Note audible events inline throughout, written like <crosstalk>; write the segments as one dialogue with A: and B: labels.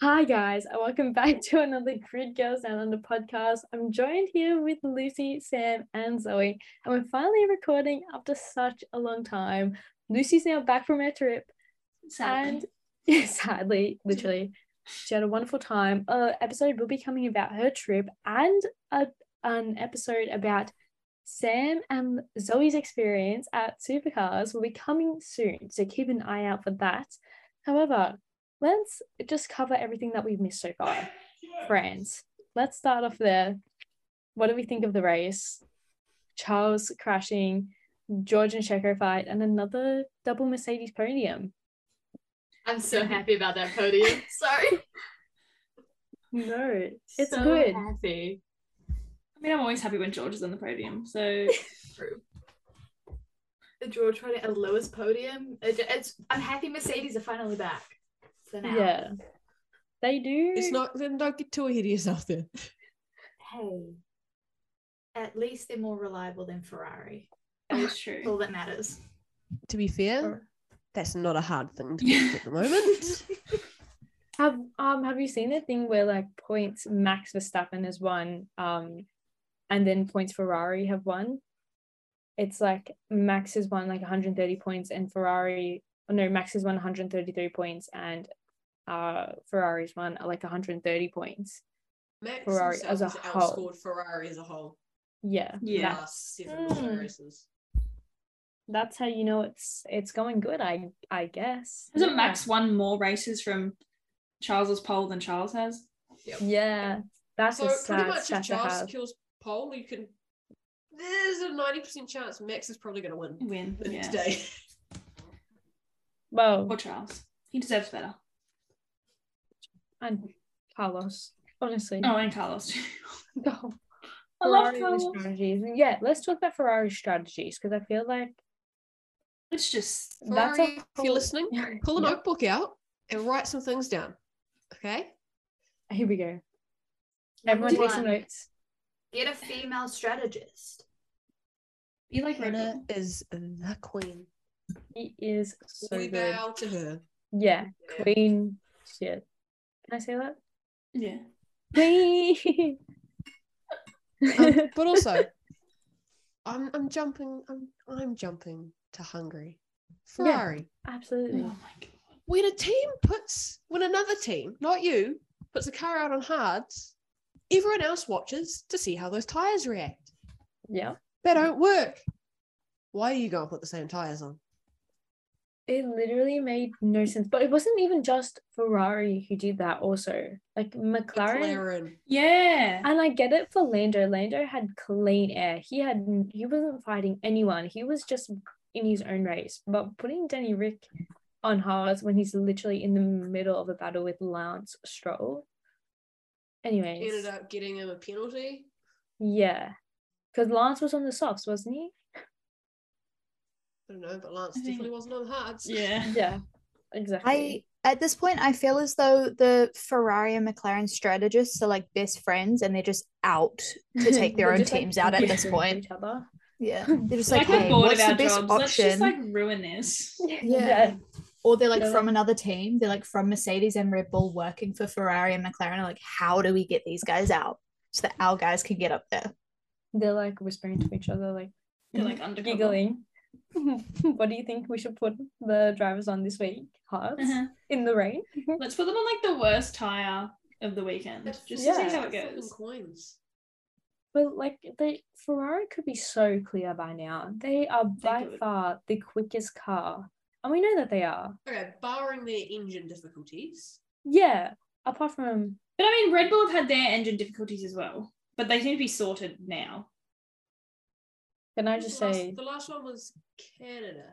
A: Hi guys, <laughs> and welcome back to another Grid Girls Down Under podcast. I'm joined here with Lucy, Sam, and Zoe, and we're finally recording after such a long time. Lucy's now back from her trip,
B: Sadly.
A: and <laughs> sadly, literally, she had a wonderful time. A episode will be coming about her trip, and a, an episode about Sam and Zoe's experience at Supercars will be coming soon. So keep an eye out for that. However, let's just cover everything that we've missed so far. France. Let's start off there. What do we think of the race? Charles crashing, George and Checo fight, and another double Mercedes podium.
B: I'm so happy about that podium. <laughs> Sorry.
A: No, it's
B: So
A: good.
B: Happy.
C: I mean, I'm always happy when George is on the podium.
D: <laughs>
C: So
B: True. The George running at lowest podium. It ju- It's I'm happy Mercedes are finally back. For now.
A: Yeah. They do.
E: It's not then don't get too ahead of yourself then.
B: Hey. At least they're more reliable than Ferrari.
C: that's true.
B: All that matters.
E: <laughs> To be fair, that's not a hard thing <laughs> to get at the moment.
A: Have um have you seen the thing where like points Max Verstappen has won, um, and then points Ferrari have won? It's like Max has won like 130 points and Ferrari oh no, Max has won 133 points and uh Ferrari's won uh, like 130 points.
E: <laughs> Max
A: Ferrari
E: himself
A: as a
E: has
A: whole.
E: outscored Ferrari as a whole.
A: Yeah.
C: Yeah.
E: The
A: that-
E: last seven
A: Mm.
E: Ferrari races.
A: that's how you know it's it's going good, I I guess.
C: Hasn't
A: Yeah.
C: Max won more races from Charles's pole than Charles has?
A: Yeah. That's
E: So
A: a
E: pretty
A: sad
E: much if
A: stat to
E: Charles
A: have.
E: kills pole, you can there's a ninety percent chance Max is probably gonna win
C: Win.
E: the next
C: Yeah.
E: day.
A: Well,
C: Or Charles. He deserves better.
A: and Carlos, honestly. <laughs>
C: Oh, and Carlos.
A: Go.
C: I love
A: Ferrari and
C: Carlos.
A: strategies. Yeah, let's talk about Ferrari strategies because I feel like
C: <laughs> It's just
A: that's
E: Ferrari,
A: a
E: if you're listening, pull a
A: Yeah,
E: notebook out and write some things down. Okay?
A: Here we go. Everyone take some
B: One,
A: notes.
B: Get a female strategist.
C: be like Red Bull.
E: is the queen.
A: He is so
E: we
A: good.
E: bow to her.
A: Yeah, queen shit. Can I say that?
C: Yeah.
A: Queen.
C: <laughs>
E: Um, but also, I'm I'm jumping I'm I'm jumping to Hungary. Ferrari.
A: <laughs>
C: Oh
A: Absolutely.
C: my god.
E: When a team puts when another team, not you, puts a car out on hards, everyone else watches to see how those tires react.
A: Yeah.
E: They don't work. Why do you go and put the same tires on?
A: It literally made no sense. But it wasn't even just Ferrari who did that also. Like McLaren
E: McLaren.
C: Yeah.
A: And I get it for Lando. Lando had clean air. He had he wasn't fighting anyone. He was just in his own race. But putting Danny Rick on hard when he's literally in the middle of a battle with Lance Stroll. Anyways,
E: Ended up getting him a penalty.
A: yeah, because Lance was on the softs, wasn't he?
E: I don't know, but Lance
C: I think-
E: definitely wasn't on hards.
C: Yeah.
A: Yeah,
D: I
A: exactly.
D: at this point I feel as though the Ferrari and McLaren strategists are like best friends and they're just out
A: <laughs>
D: to take their
A: They're
D: own
A: just, like,
D: teams out at this
A: <laughs> competing with
D: point.
A: Each other.
D: Yeah. They're just
C: Like,
D: like,
C: we're
D: hey,
C: bored of
D: what's
C: our
D: the best
C: jobs. Let's
D: option?
C: just like ruin this. <laughs>
D: Yeah. or they're like
A: They're
D: from
A: like-
D: another team. They're like from Mercedes and Red Bull working for Ferrari and McLaren. Are like, how do we get these guys out so that our guys can get up there?
A: They're like whispering to each other, like
C: They're like undercover.
A: giggling. <laughs> what do you think we should put the drivers on this week? Hearts
C: Uh-huh.
A: in the rain.
C: Let's put them on like the worst tire of the weekend. Just to
A: Yeah.
C: see how it
E: Fucking
C: goes.
E: Coins.
A: But like they Ferrari could be so clear by now. They are by
C: could.
A: far the quickest car. And we know that they are.
E: Okay, barring their engine difficulties.
A: Yeah. Apart from
C: But I mean, Red Bull have had their engine difficulties as well, but they seem to be sorted now.
A: can I
E: What was
A: just
E: the last-
A: say
E: the last one was Canada.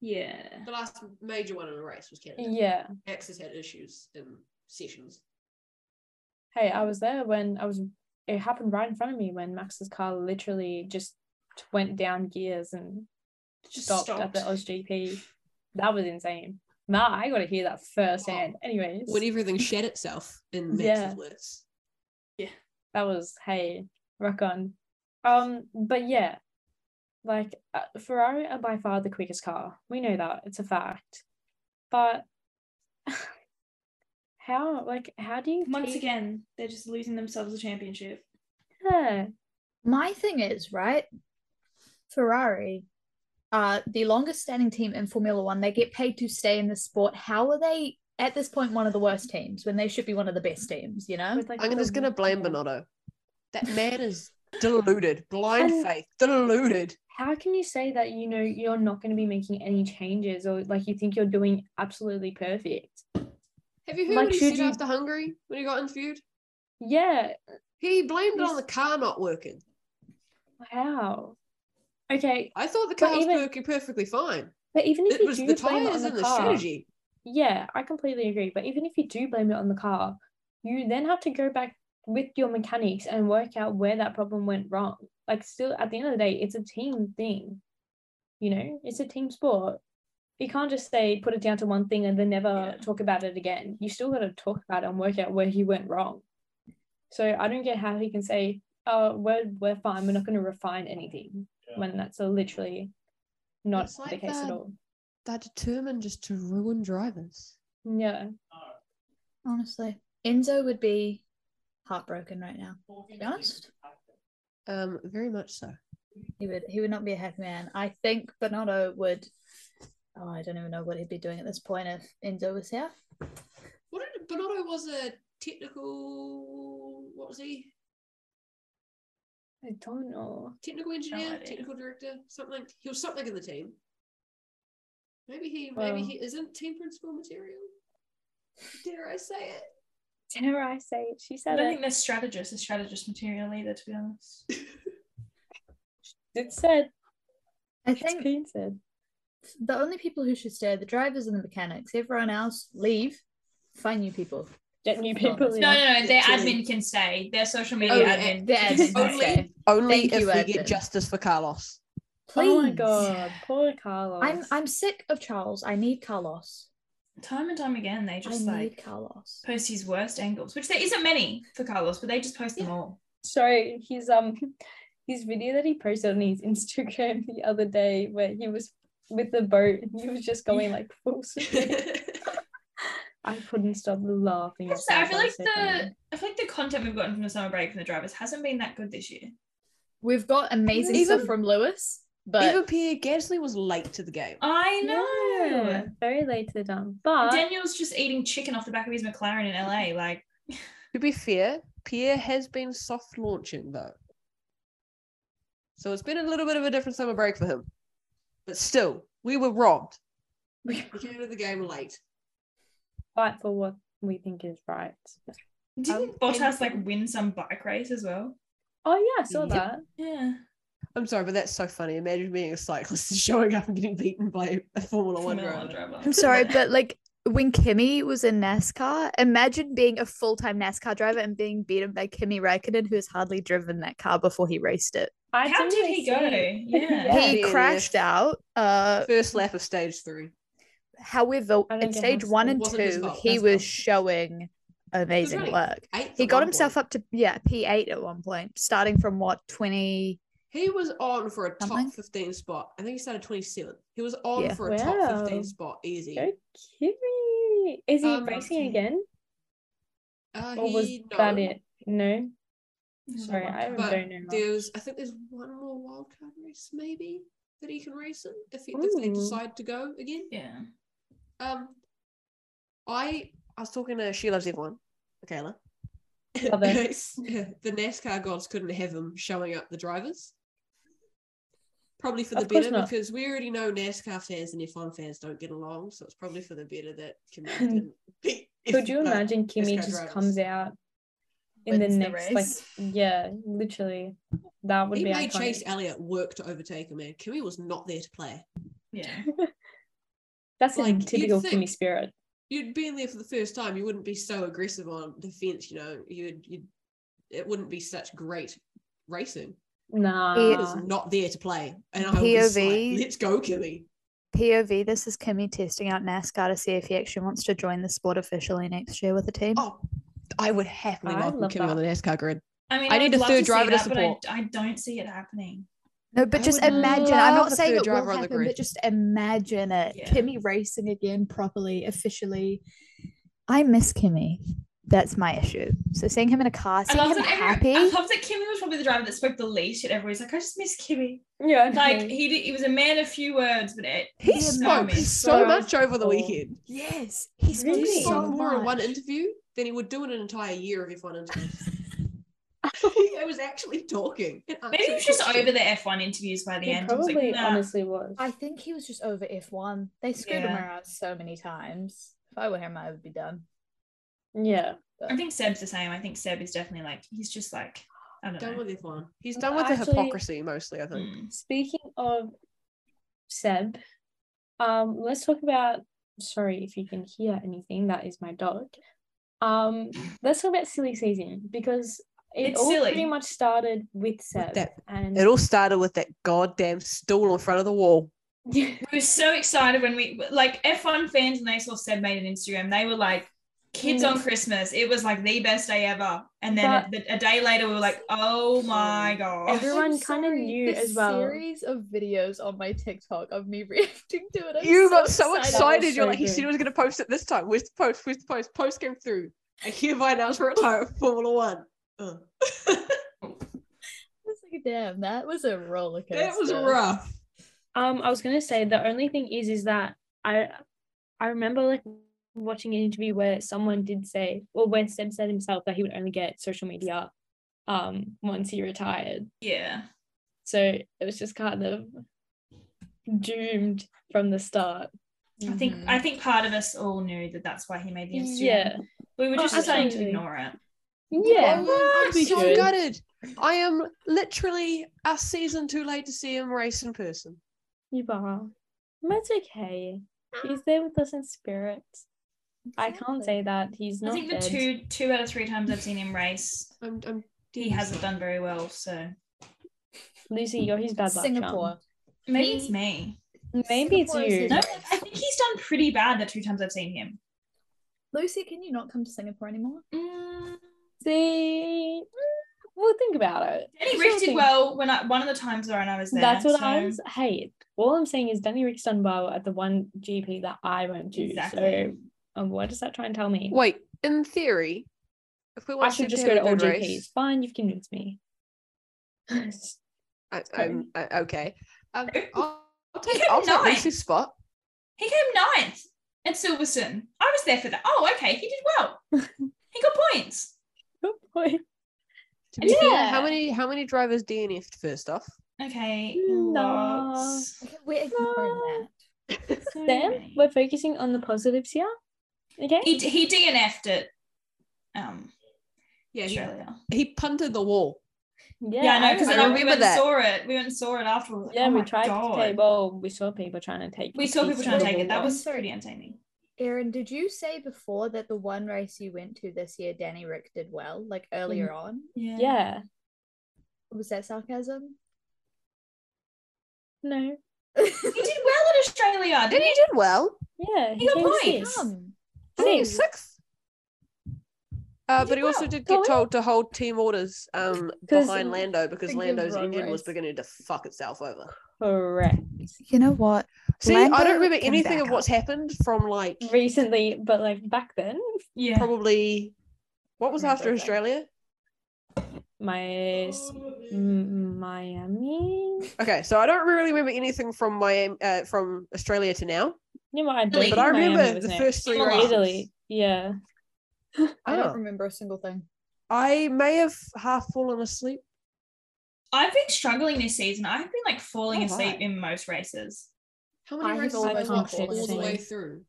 C: Yeah.
E: The last major one in a race was Canada.
A: Yeah.
E: Max has had issues in sessions.
A: Hey, I was there when I was it happened right in front of me when Max's car literally just went down gears and
C: Just
A: stopped, at
C: stopped.
A: the OSGP. That was insane. Nah, I gotta hear that firsthand. Anyways,
E: When everything shed itself in Max's
A: Yeah.
E: words.
A: that was hey rock on um but yeah like uh, ferrari are by far the quickest car we know that it's a fact but <laughs> How like how do you
C: Once
A: keep-
C: again, they're just losing themselves the championship.
A: Yeah.
D: My thing is, right? Ferrari are the longest standing team in Formula One. They get paid to stay in the sport. How are they at this point one of the worst teams when they should be one of the best teams, you know?
A: With, like,
E: I'm
A: the
E: just going to
A: worst
E: blame
A: people.
E: Bonotto. That
A: <laughs>
E: man is deluded, blind
A: And-
E: faith, deluded.
A: How can you say that you know you're not going to be making any changes or like you think you're doing absolutely perfect?
E: Have you heard
A: Like,
E: what he
A: should
E: said
A: you-
E: after Hungary when he got interviewed?
A: Yeah.
E: He blamed it
A: He's-
E: on the car not working.
A: Wow. Okay,
E: I thought the
A: But
E: car was
A: even-
E: working perfecally fine.
A: but even if
E: It
A: you
E: was
A: do
E: the
A: blame it on
E: tires
A: the
E: and the
A: car,
E: strategy.
A: yeah, I completely agree. But even if you do blame it on the car, you then have to go back with your mechanics and work out where that problem went wrong. Like, still, at the end of the day, it's a team thing. You know, it's a team sport. You can't just say put it down to one thing and then never
C: Yeah.
A: talk about it again. You still got to talk about it and work out where he went wrong. So I don't get how he can say, "Oh, we're we're fine. We're not going to refine anything," when that's literally not
E: It's like
A: the case
E: that.
A: at all.
E: They're determined just to ruin drivers.
A: Yeah.
D: Honestly. Enzo would be heartbroken right now. To be honest.
E: Um, very much so.
D: He would he would not be a happy man. I think Bernardo would oh, I don't even know what he'd be doing at this point if Enzo was here.
E: What did Bonotto was a technical? What was he?
A: I don't know.
E: Technical engineer,
C: idea.
E: technical director, something. He was something in the team. Maybe he,
A: Well.
E: maybe he isn't team principal material. Dare I say it?
A: Dare I say it? She
C: I
A: said
C: don't
A: it.
C: think they're strategists, they're strategist material either, to be honest.
A: It said.
D: I
A: It's
D: think
A: been said.
D: the only people who should stay are the drivers and the mechanics. Everyone else leave. Find new people.
A: Get new
D: Well,
A: people.
D: that's-
A: in.
C: No, no, no. Their
E: Literally.
C: admin can stay. Their social media
D: Oh,
E: yeah,
C: admin.
D: their
C: can
D: admin can
C: stay.
D: stay.
E: Only
D: Thank you, Adrian.
E: justice for Carlos.
D: Please.
A: Oh my god, poor Carlos.
D: I'm I'm sick of Charles. I need Carlos.
C: Time and time again, they just
D: I
C: like
D: need Carlos.
C: post his worst angles, which there isn't many for Carlos, but they just post them all.
A: sorry. His um, his video that he posted on his Instagram the other day, where he was with the boat, and he was just going like
C: <laughs>
A: full speed. I couldn't stop laughing.
C: I
A: at
C: just- I feel like
A: Carlos
C: the
A: Slim.
C: I feel like the content we've gotten from the summer break from the drivers hasn't been that good this year.
D: We've got amazing
E: Even-
D: stuff from Lewis, but
E: Pierre Gasly was late to the game.
C: I know.
A: Yeah, very late to the dump, but
C: Daniel's just eating chicken off the back of his McLaren in LA. Like,
E: To be fair, Pierre has been soft launching though. So it's been a little bit of a different summer break for him. But still, we were robbed. We came into the game late.
A: fight for what we think is right.
C: didn't um, Bottas like win some bike race as well?
A: Oh yeah, I saw
E: Yep.
A: that.
C: Yeah,
E: I'm sorry, but that's so funny. Imagine being a cyclist and <laughs> showing up and getting beaten by a Formula One
C: Formula One
E: driver.
C: driver.
D: I'm sorry, but like when Kimmy was in NASCAR, imagine being a full time NASCAR driver and being beaten by Kimmy Raikkonen, who has hardly driven that car before he raced it.
A: I
C: <laughs> How
A: didn't
C: did
A: really
C: he
A: see
C: go?
A: it.
C: Yeah.
A: <laughs> Yeah.
D: he
E: DNF.
D: crashed out. Uh,
E: First lap of stage three.
D: however,
A: I don't
D: in
A: get how
D: stage
A: it's-
D: one
E: it
D: and
E: wasn't his
D: two,
E: fault,
D: he
E: that's
D: was
E: dumb.
D: showing amazing
E: running.
D: work.
E: Eighth
D: He
E: at
D: got
E: one
D: himself
E: point.
D: up to yeah P eight at one point, starting from what twenty.
E: He was on for a
D: Something.
E: top 15 spot. I think he started 27th. He was on
D: Yeah.
E: for a top 15
A: Wow.
E: spot easy.
A: Go Kimmy. Is he
E: Um,
A: racing
E: okay.
A: again?
E: Uh,
A: Or was
E: he-
A: that
E: no.
A: it? No.
C: Yeah.
A: Sorry, I
E: But
A: don't know. much.
E: There's, I think there's one more wildcard race maybe that he can race in if, he, if they
A: Ooh.
E: decide to go again.
C: Yeah,
E: Um, I I was talking to she loves everyone, Michaela.
A: Love
E: <laughs>
A: her.
E: the NASCAR gods couldn't have him showing up the drivers. Probably for the
A: Of course
E: better
A: not.
E: because we already know NASCAR fans and F1 fans don't get along, so it's probably for the better that
A: <laughs>
E: Kimmy didn't <laughs> uh, beat.
A: Could you
E: F1
A: imagine Kimmy
E: NASCAR
A: just
E: drivers.
A: comes out in the
C: Wins the
A: next like
C: race.
A: yeah, literally. That would
E: He
A: be
E: made
A: iconic.
E: Chase Elliott work to overtake him, man. Kimmy was not there to play.
C: yeah.
A: That's
E: like,
A: in
E: you'd
A: typical
E: think-
A: Kimmy spirit.
E: You'd been there for the first time. You wouldn't be so aggressive on defense, you know. You'd, you'd it wouldn't be such great racing. He
A: Nah.
E: was not there to play. And I was like,
D: POV.
E: let's go, Kimmy.
D: POV. This is Kimmy testing out NASCAR to see if he actually wants to join the sport officially next year with the team.
E: Oh, I would happily
A: I
E: welcome
A: love
E: Kimmy
A: that.
E: on the NASCAR grid.
C: I mean,
E: I
C: I,
E: need
C: need
E: a
C: would love
E: third
C: to
E: driver
C: driver
E: to
C: to see that,
E: support.
C: but I, I don't see it happening.
D: No, but
E: I
D: just
E: would
D: imagine. I'm
E: love
D: not
E: a
D: saying
E: third
D: it will
E: driver on the
D: happen,
E: grid.
D: but just imagine it.
C: Yeah.
D: Kimmy racing again properly, officially. I miss Kimmy. That's my issue. So seeing him in a car,
C: I
D: seeing
C: love
D: him
C: that.
D: happy.
C: Happy. I love that Kimmy was probably the driver that spoke the least. Yet everybody's like, I just miss Kimmy.
A: Yeah.
C: Like he did, he was a man of few words, but it,
E: He
D: Yeah,
E: spoke
C: man.
E: so
A: So
E: much over the
A: cool.
E: weekend.
D: yes, he spoke
A: Really?
E: He
D: so
E: spoke more in one
D: much.
E: interview than he would do in an entire year of F1 interviews. <laughs> he was actually talking. and
C: maybe he was
E: answering
C: just
E: questions.
C: over the F1 interviews by the
A: He
C: end. He was like,
A: probably
C: "Nah."
A: honestly was.
D: I think he was just over F1. They screwed him
C: Yeah.
D: around so many times. If I were him, I would be done.
A: yeah.
C: I think Seb's the same. I think Seb is definitely like he's just like I don't
E: Done
C: know.
E: with F1. He's
A: Well,
E: done with the
A: actually-
E: hypocrisy mostly, I think.
C: Mm.
A: Speaking of Seb, um, let's talk about. Sorry if you can hear anything. That is my dog. Um, let's talk about silly season because it
C: It's
A: all
C: silly.
A: pretty much started with Seb
E: that-
A: and
E: It all started with that goddamn stool in front of the wall.
C: We were so excited when we like F1 fans and they saw Seb made an Instagram. They were like, "Kids
A: Mm.
C: on Christmas." It was like the best day ever. And then
A: But- Hmm.
C: a, a day later, we were like, "Oh my god!"
A: Everyone kinda knew as well.
D: series of videos on my TikTok of me <laughs> reacting to it. I'm
E: you got so
A: excited. That
E: excited.
A: was
E: You're
A: so
E: like, he said
A: good.
E: he was going to post it this time. Where's the post? Where's the post? Post came through. I hereby announce for retire from Formula One. Ugh.
D: I was like, damn, that was a roller coaster.
E: that was rough.
A: <laughs> Um, I was gonna say the only thing is is that I I remember like watching an interview where someone did say, or where Seb said himself that he would only get social media um once he retired.
C: Yeah,
A: So it was just kind of doomed from the start.
C: I think I think part of us all knew that that's why he made the Instagram.
A: Hmm. Yeah.
C: we were
A: Oh,
C: just starting to
A: absolutely.
C: ignore it.
A: Yeah.
E: Oh, I'm
A: we
E: so
A: should.
E: gutted. I am literally a season too late to see him race in person.
A: You are. That's okay. He's there with us in spirit. I can't say that. He's
C: I
A: not
C: think the
A: dead.
C: two two out of three times I've seen him race,
E: I'm, I'm
C: he hasn't done very well. So
A: Lucy, you're his bad luck. charm.
D: Singapore.
C: maybe
D: Me-
C: it's me.
A: Maybe it's
D: Singapore is
A: you.
D: his
C: No,
D: race.
C: I think he's done pretty bad the two times I've seen him.
D: Lucy, can you not come to Singapore anymore?
C: Mm,
A: See, mm, we'll think about it.
C: Danny
A: Sure
C: Rick did
A: thing.
C: well when I one of the times when I was there.
A: That's what I
C: so-
A: was. Hey, all I'm saying is Danny Rick's done well at the one GP that I went to. So,
C: Exactly.
A: um, what does that try and tell me?
E: Wait, in theory, if we
A: I
E: want
A: should
E: Seb
A: just go
E: have
A: to
E: a
A: all
E: good race,
A: GPs. Fine, you've convinced
C: <laughs>
A: me.
E: I,
A: Sorry.
E: I'm I, okay. <laughs> Um,
C: Okay.
E: I'll, I'll take
C: You're
E: I'll take
C: nice.
E: Lucy's spot.
C: He came ninth at Silverstone. I was there for that. Oh, okay. He did well. he got points.
A: Good point.
E: To be fair,
C: Yeah.
E: how many how many drivers DNF'd first off?
C: Okay.
A: No.
C: lots.
D: Okay, We're ignoring that.
C: So
A: Sam,
C: many.
A: we're focusing on the positives here. Okay.
C: He, he DNF'd at um,
E: Yeah, he,
C: Australia.
E: he punted the wall.
A: Yeah,
C: Yeah, I know because
E: I
C: we
E: remember
C: went and
E: that.
C: saw it. We went and saw it afterwards.
A: Yeah,
C: oh
A: we
C: my
A: tried
C: God.
A: to take. Well, we saw people trying to take.
C: We saw people trying to take it. That
D: I'm
C: was
D: sorry.
C: pretty entertaining.
D: Erin, did you say before that the one race you went to this year, Danny Rick did well, like earlier on?
A: Yeah.
D: Was that sarcasm?
A: No.
C: He
D: <laughs>
C: did well at Australia,
E: And
C: didn't
E: he
C: he?
E: did well.
A: Yeah.
C: got
A: came
C: points.
A: sixth.
D: Dumb.
E: I think he was
A: Sixth.
E: sixth. Uh,
C: He
E: but
C: did
E: he also
C: well.
E: did
A: Go
E: get told to hold team orders <laughs> um,
A: 'Cause
E: behind Lando because
D: think it was
E: Lando's
D: road
E: engine was
D: race.
E: beginning to fuck itself over.
A: Correct.
D: You know what?
E: See, I
D: Lando
E: don't remember
D: can
E: anything
D: back
E: of what's
D: up.
E: happened from like
A: Recently, but like back then,
C: Yeah.
E: probably what was
D: Remember
E: after
D: that.
E: Australia.
A: my s-
C: Oh.
A: m- Miami.
E: Okay, so I don't really remember anything from Miami uh, from Australia to now,
A: Yeah, well, I do.
C: Italy.
E: but I
A: think Miami
E: remember
A: was
E: the
A: next.
E: first three
C: Oh,
E: races.
A: Italy. Yeah.
D: I don't
E: Oh.
D: remember a single thing.
E: I may have half fallen asleep.
C: I've been struggling this season. I've been like falling
E: Oh,
C: asleep
E: right.
C: in most races.
E: How
D: I
E: many
D: have
E: races
D: always
E: have I
D: not
E: watched all the
A: fallen
E: way
A: asleep.
E: through?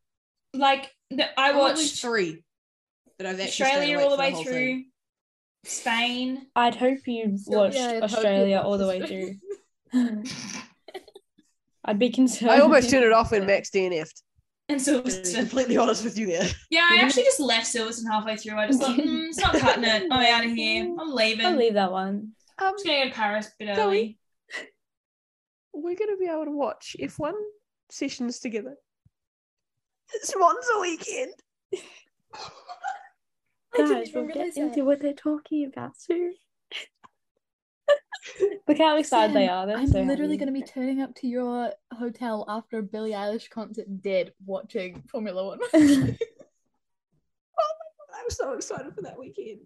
C: Like the, I
E: Probably
C: watched
E: three that I've actually stayed
C: Australia
E: awake
C: all the
E: for
C: way
E: whole
C: through,
E: thing.
C: Spain.
A: I'd hope you
D: So-
A: watched
D: Yeah, I'd hope you
A: Australia all the way
D: watched
A: through.
D: <laughs>
A: <laughs> I'd be concerned.
E: I
A: <laughs>
E: almost turned it off when Max DNF'd. <laughs>
C: and
E: Um, uh, To be
C: Silverstone.
E: completely honest with you there.
C: Yeah, I actually just left Silverstone halfway through. I just
E: <laughs>
C: thought, mm, it's not cutting it. I'm out of here. I'm leaving.
A: I'll
C: I'm
A: leave that one.
E: Um,
C: just gonna go to Paris a bit
E: Zoe?
C: early.
E: We're going to be able to watch F1 sessions together. It's Monza weekend. <laughs>
A: Guys, we'll get into what they're talking about soon. <laughs> Look how excited they are. They're
D: I'm
A: so
D: literally going
A: happy.
D: to be turning up to your <laughs> hotel after a Billie Eilish concert dead watching Formula One.
E: I'm so excited for that weekend.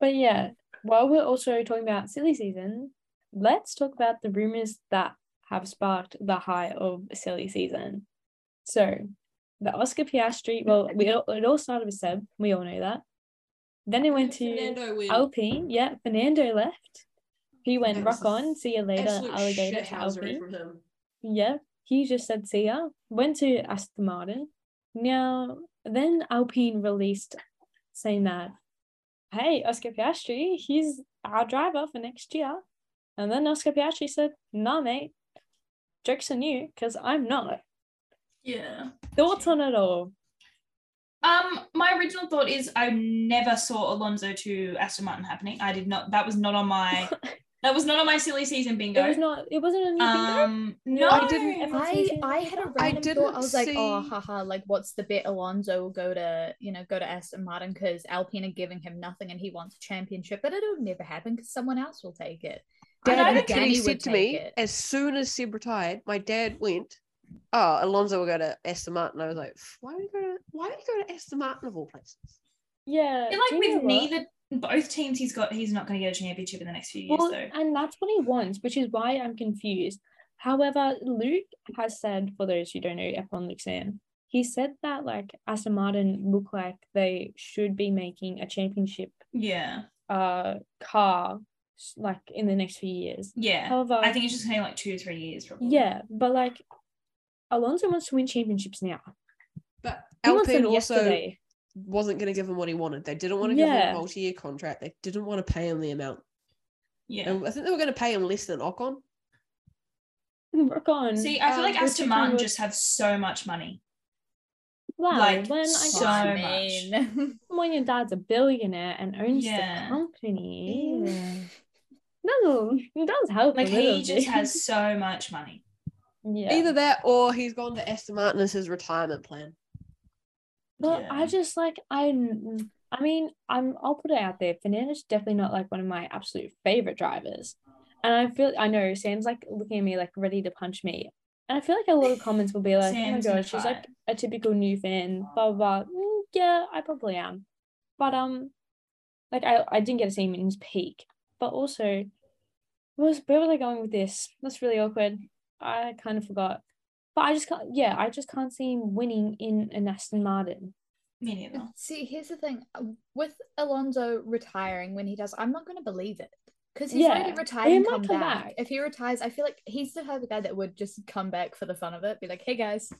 A: But yeah, while we're also talking about silly season, let's talk about the rumors that have sparked the high of silly season. So, the Oscar Piastri, well, we all, it all started with Seb, we all know that. Then it went to
E: Fernando win.
A: Alpine, yeah, Fernando left. He went
E: That
A: rock
E: was
A: on, see you later,
E: Absolute
A: alligator to
E: shithousery
A: Alpine.
E: from him.
A: Yeah, he just said see ya. Went to Aston Martin. Now, then Alpine released saying that, hey, Oscar Piastri, he's our driver for next year. And then Oscar Piastri said, nah, mate, joke's on you, because I'm not.
C: Yeah.
A: Thoughts on it all?
C: Um, my original thought is I never saw Alonso to Aston Martin happening. I did not. That was not on
E: <laughs>
C: my. that was not on my silly season bingo.
A: It was not, it wasn't anything um,
C: um, no,
E: I didn't-
A: Ever since
D: I
A: he's
D: I
A: been
D: had a
A: back.
E: I
D: random thought. I was
E: didn't
D: like, oh,
E: see-
D: haha, like what's the bit? Alonso will go to you know go to Aston Martin because Alpine are giving him nothing and he wants a championship, but it'll never happen because someone else will take it. I
E: Dad
D: know
E: actually
D: Danny would
E: said to
D: take
E: me
D: it.
E: as soon as Seb retired, my dad went, "Oh, Alonso will go to Aston Martin." I was like, "Why would he go to Why would he go to Aston Martin of all places?"
A: yeah.
C: I feel
A: do
C: like
A: you
C: with
A: know what?
C: neither both teams, he's got he's not going to get a championship in the next few years
A: Well,
C: though.
A: and that's what he wants, which is why I'm confused. However, Luke has said, for those who don't know, F1 Luke Sam, he said that like Aston Martin look like they should be making a championship
C: Yeah,
A: uh car s- like in the next few years.
C: yeah.
A: However,
C: I think it's just going to like two or three years probably.
A: oh, yeah, but like Alonso wants to win championships now.
E: But
A: He wants
E: Alpine
A: them
E: also
A: yesterday. <laughs>
E: wasn't going to give him what he wanted. They didn't want to give him
A: Yeah.
E: a multi-year contract. They didn't want to pay him the amount,
C: yeah.
E: and I think they were going to pay him less than Ocon.
A: Rock on.
C: See, I feel
A: Um,
C: like
A: we're talking
C: Aston Martin
A: about-
C: just have so much money.
A: wow,
C: like,
A: when I
D: Oh,
C: so
A: guess
C: much.
D: <laughs> mean.
A: when your dad's a billionaire and owns
C: Yeah.
A: the company. does it does help.
C: Like
A: a little
C: he just
A: bit.
C: has so much money.
A: <laughs> yeah.
E: Either that, or he's gone to Aston Martin as his retirement plan.
A: But
C: Yeah.
A: I just like I. I mean, I'm. I'll put it out there. Fernando's definitely not like one of my absolute favorite drivers, and I feel I know Sam's like looking at me like ready to punch me, and I feel like a lot of comments will be <laughs> like,
C: Sam's
A: "Oh
C: in
A: my
C: a
A: god, she's like
C: fight.
A: a typical new fan." Blah blah. blah. Mm, yeah, I probably am, but um, like I I didn't get to see him in his peak, but also, what was where was I going with this? That's really awkward. I kind of forgot. But I just can't. Yeah, I just can't see him winning in an Aston Martin.
C: Me neither.
D: See, here's the thing uh, with Alonso retiring when he does, I'm not going to believe it because he's
A: Yeah,
D: already retired
A: he
D: and
A: might
D: come,
A: come
D: back.
A: back.
D: If he retires, I feel like he's the type of guy that would just come back for the fun of it, be like, "Hey guys,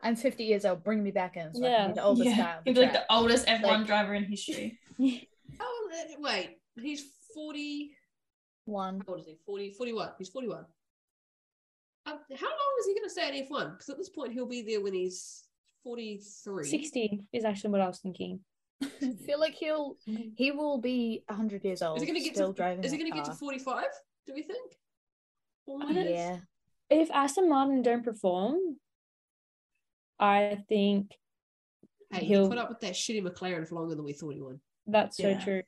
D: I'm 50 years old. Bring me back in." So I
A: Yeah.
D: can be the <laughs> oldest
C: Yeah.
D: guy. on the
C: He'd be like
D: track."
C: the oldest F1
D: Like-
C: driver in
D: <laughs>
C: history.
E: Oh wait, he's forty.
D: one. <laughs>
E: How old is he? 40, 41. He's 41. Um, how long is he going to stay in F1? Because at this point, he'll be there when he's 43.
A: Sixty is actually what I was thinking.
D: I feel like he'll he will be 100 years old.
E: Is he going to get
D: still
E: to
D: driving?
E: Is he
D: that
E: going to get to
D: car.
E: 45? Do we think? Four
A: I
E: more
A: don't-
E: years?
D: Yeah.
A: If Aston Martin don't perform, I think
E: Hey, he
A: He'll-
E: put up with that shitty McLaren for longer than we thought he would.
A: that's
C: Yeah.
A: so true.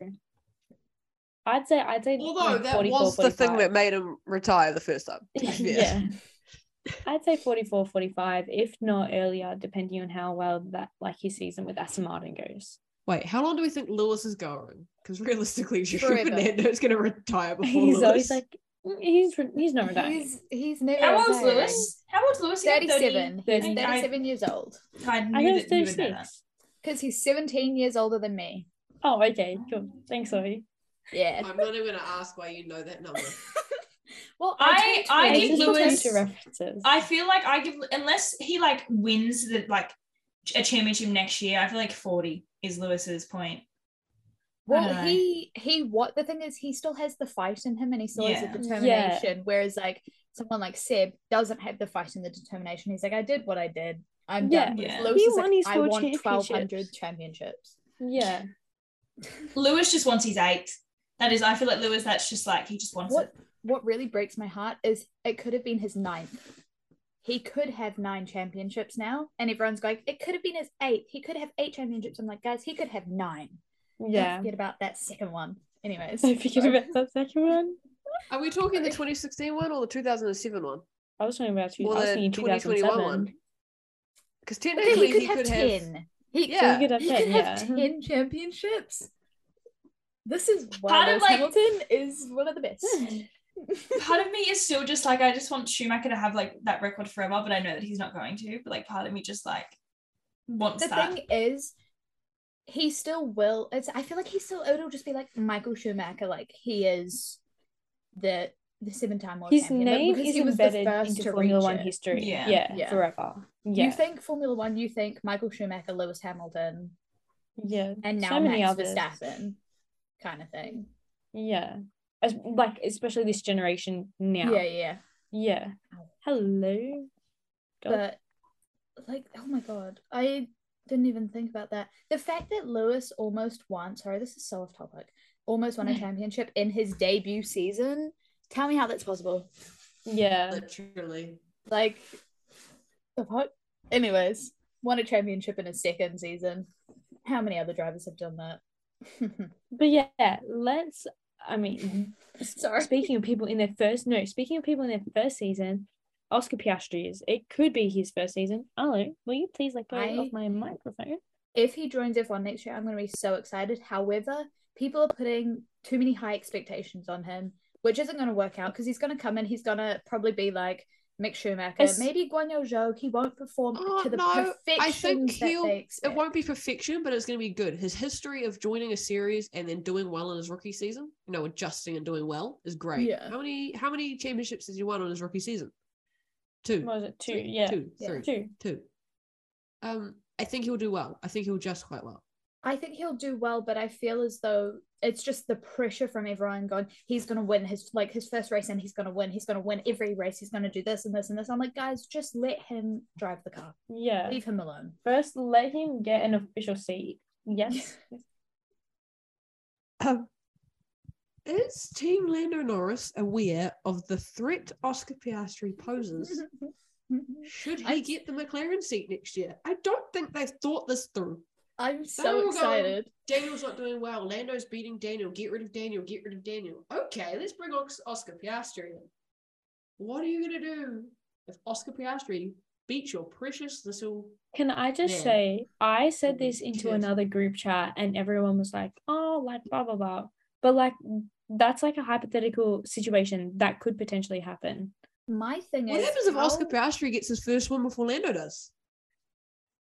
A: I'd say I'd say
E: Although
A: like
E: that
A: 44,
E: was the thing
A: 45.
E: that made him retire the
D: <laughs>
E: first time. <laughs> to be fair.
A: yeah. I'd say 44, 45, if not earlier, depending on how well that like his season with Aston Martin goes.
E: Wait, how long do we think Lewis is going? Because realistically, <laughs> João
D: Forever.
E: Fernando's going to <laughs> retire before
A: <laughs> He's
E: Lewis.
A: always like mm, he's re- he's not retiring.
D: He's he's never.
C: How old's
D: retiring.
C: Lewis? How old's Lewis? He's
D: 37. He's
A: 30.
D: 37 years old
C: I
A: I
C: knew
A: guess
C: that you would know that.
A: 36.
D: because he's 17 years older than me.
A: Oh, okay, cool. Thanks, Zoe.
D: Yeah.
E: I'm not even going to ask why you know that number.
A: <laughs>
D: Well,
C: I-
D: don't
C: I
D: know.
A: It's
C: think
A: just
C: Lewis-
A: return to references.
C: I feel like I give unless he like wins the like a championship next year. I feel like forty is Lewis's point.
D: Well,
C: know.
D: he he what the thing is he still has the fight in him and he still has
C: Yeah.
D: the
A: Yeah.
D: determination. Whereas like someone like Seb doesn't have the fight and the determination. He's like, I did what I did. I'm
A: Yeah.
D: done. Whereas
C: Yeah.
D: Lewis
A: He
D: is
A: won
D: like,
A: his
D: I
A: four
D: want twelve hundred
A: championships.
D: championships.
A: yeah.
C: Lewis just wants his eight. That is, I feel like Lewis. That's just like he just wants
D: What
C: it.
D: what really breaks my heart is it could have been his ninth. He could have nine championships now, and everyone's going, it could have been his eight. He could have eight championships. I'm like, guys, he could have nine. Don't
A: <laughs> Yeah.
D: forget about that second one. Anyways,
A: I <laughs> forget
D: sorry.
A: about that second one.
E: <laughs> Are we talking the 2016 one or the 2007 one?
A: I was talking about two.
E: Well,
A: I was
E: the
A: thinking
E: 2021
A: 2021
E: one. Because
D: Okay,
E: technically
D: he could have ten. He He,
E: Yeah.
A: you could have
D: You
A: 10,
D: can
A: yeah.
D: have 10 championships. This is one
C: Part of,
D: of those.
C: like-
D: Hamilton is one of the best.
A: Hmm,
C: part of me is still just like I just want Schumacher to have like that record forever, but I know that he's not going to. But like part of me just like wants
D: the
C: that.
D: thing is, he still will. It's I feel like he still it'll just be like Michael Schumacher, like he is the the seven time
A: <sighs>
D: world
A: His
D: champion. but
A: name
D: because
A: is
D: he was the
A: embedded
D: first
A: into
D: to
A: Formula
D: reach
A: One
D: it.
A: history.
C: Yeah.
A: Yeah. Yeah,
D: Yeah.
A: Forever. Yeah.
D: You think Formula One, you think Michael Schumacher, Lewis Hamilton,
A: yeah.
D: and now
A: so many
D: Max
A: others.
D: Verstappen, kind of thing.
A: Yeah. As, like especially this generation now.
D: Yeah, yeah.
A: Yeah. Hello. Dope.
D: But like, oh my god, I didn't even think about that. The fact that Lewis almost won, sorry, this is so off topic, almost won a championship in his debut season. Tell me how that's possible.
A: Yeah.
E: Literally.
D: Like, the fuck? Anyways, won a championship in his second season. How many other drivers have done that? <laughs>
A: But yeah, let's I mean
D: sorry.
A: speaking of people in their first no, speaking of people in their first season, Oscar Piastri is. It could be his first season. Hello, will you please like go
D: I-
A: off my microphone?
D: if he joins F1 next year, I'm going to be so excited. However, people are putting too many high expectations on him, which isn't going to work out because he's going to come in. He's going to probably be like Mick Schumacher,
A: It's-
D: maybe Guanyo Zhou. He won't perform
E: Oh,
D: to the
E: no, I
D: perfection
E: think
D: that
E: he'll-
D: they expect.
E: It won't be perfection, but it's going to be good. His history of joining a series and then doing well in his rookie season, you know, adjusting and doing well, is great.
D: Yeah.
E: How many how many championships did you won on his rookie season? Two.
A: What was it? Two,
E: Three?
A: yeah.
E: Two,
D: Yeah.
E: three,
A: Two.
E: two. Um, I think he'll do well. I think he'll adjust quite well.
D: I think he'll do well, but I feel as though it's just the pressure from everyone going, he's going to win his like his first race and he's going to win. He's going to win every race. He's going to do this and this and this. I'm like, guys, just let him drive the car.
A: Yeah.
D: Leave him alone.
E: <laughs>
A: First, let him get an official seat. Yes.
E: Um, is Team Lando Norris aware of the threat Oscar Piastri
D: <laughs>
E: poses? Should he
D: I-
E: get the McLaren seat next year? I don't think they've thought this through.
D: I'm
E: all
D: so
E: go-
D: excited.
E: Daniel's not doing well. Lando's beating Daniel. Get rid of Daniel. Get rid of Daniel. Okay, let's bring Os- Oscar Piastri in. What are you going to do if Oscar Piastri beats your precious little.
A: Can I just
E: Yeah. Mm-hmm.
A: say, I said this into
E: Yes.
A: another group chat, and everyone was like, oh, like, blah, blah, blah. But, like, that's like a hypothetical situation that could potentially
E: <laughs>
A: happen. <laughs>
D: My thing
E: What
D: is
E: happens if Oscar
D: how-
E: Piastri gets his first one before Lando does?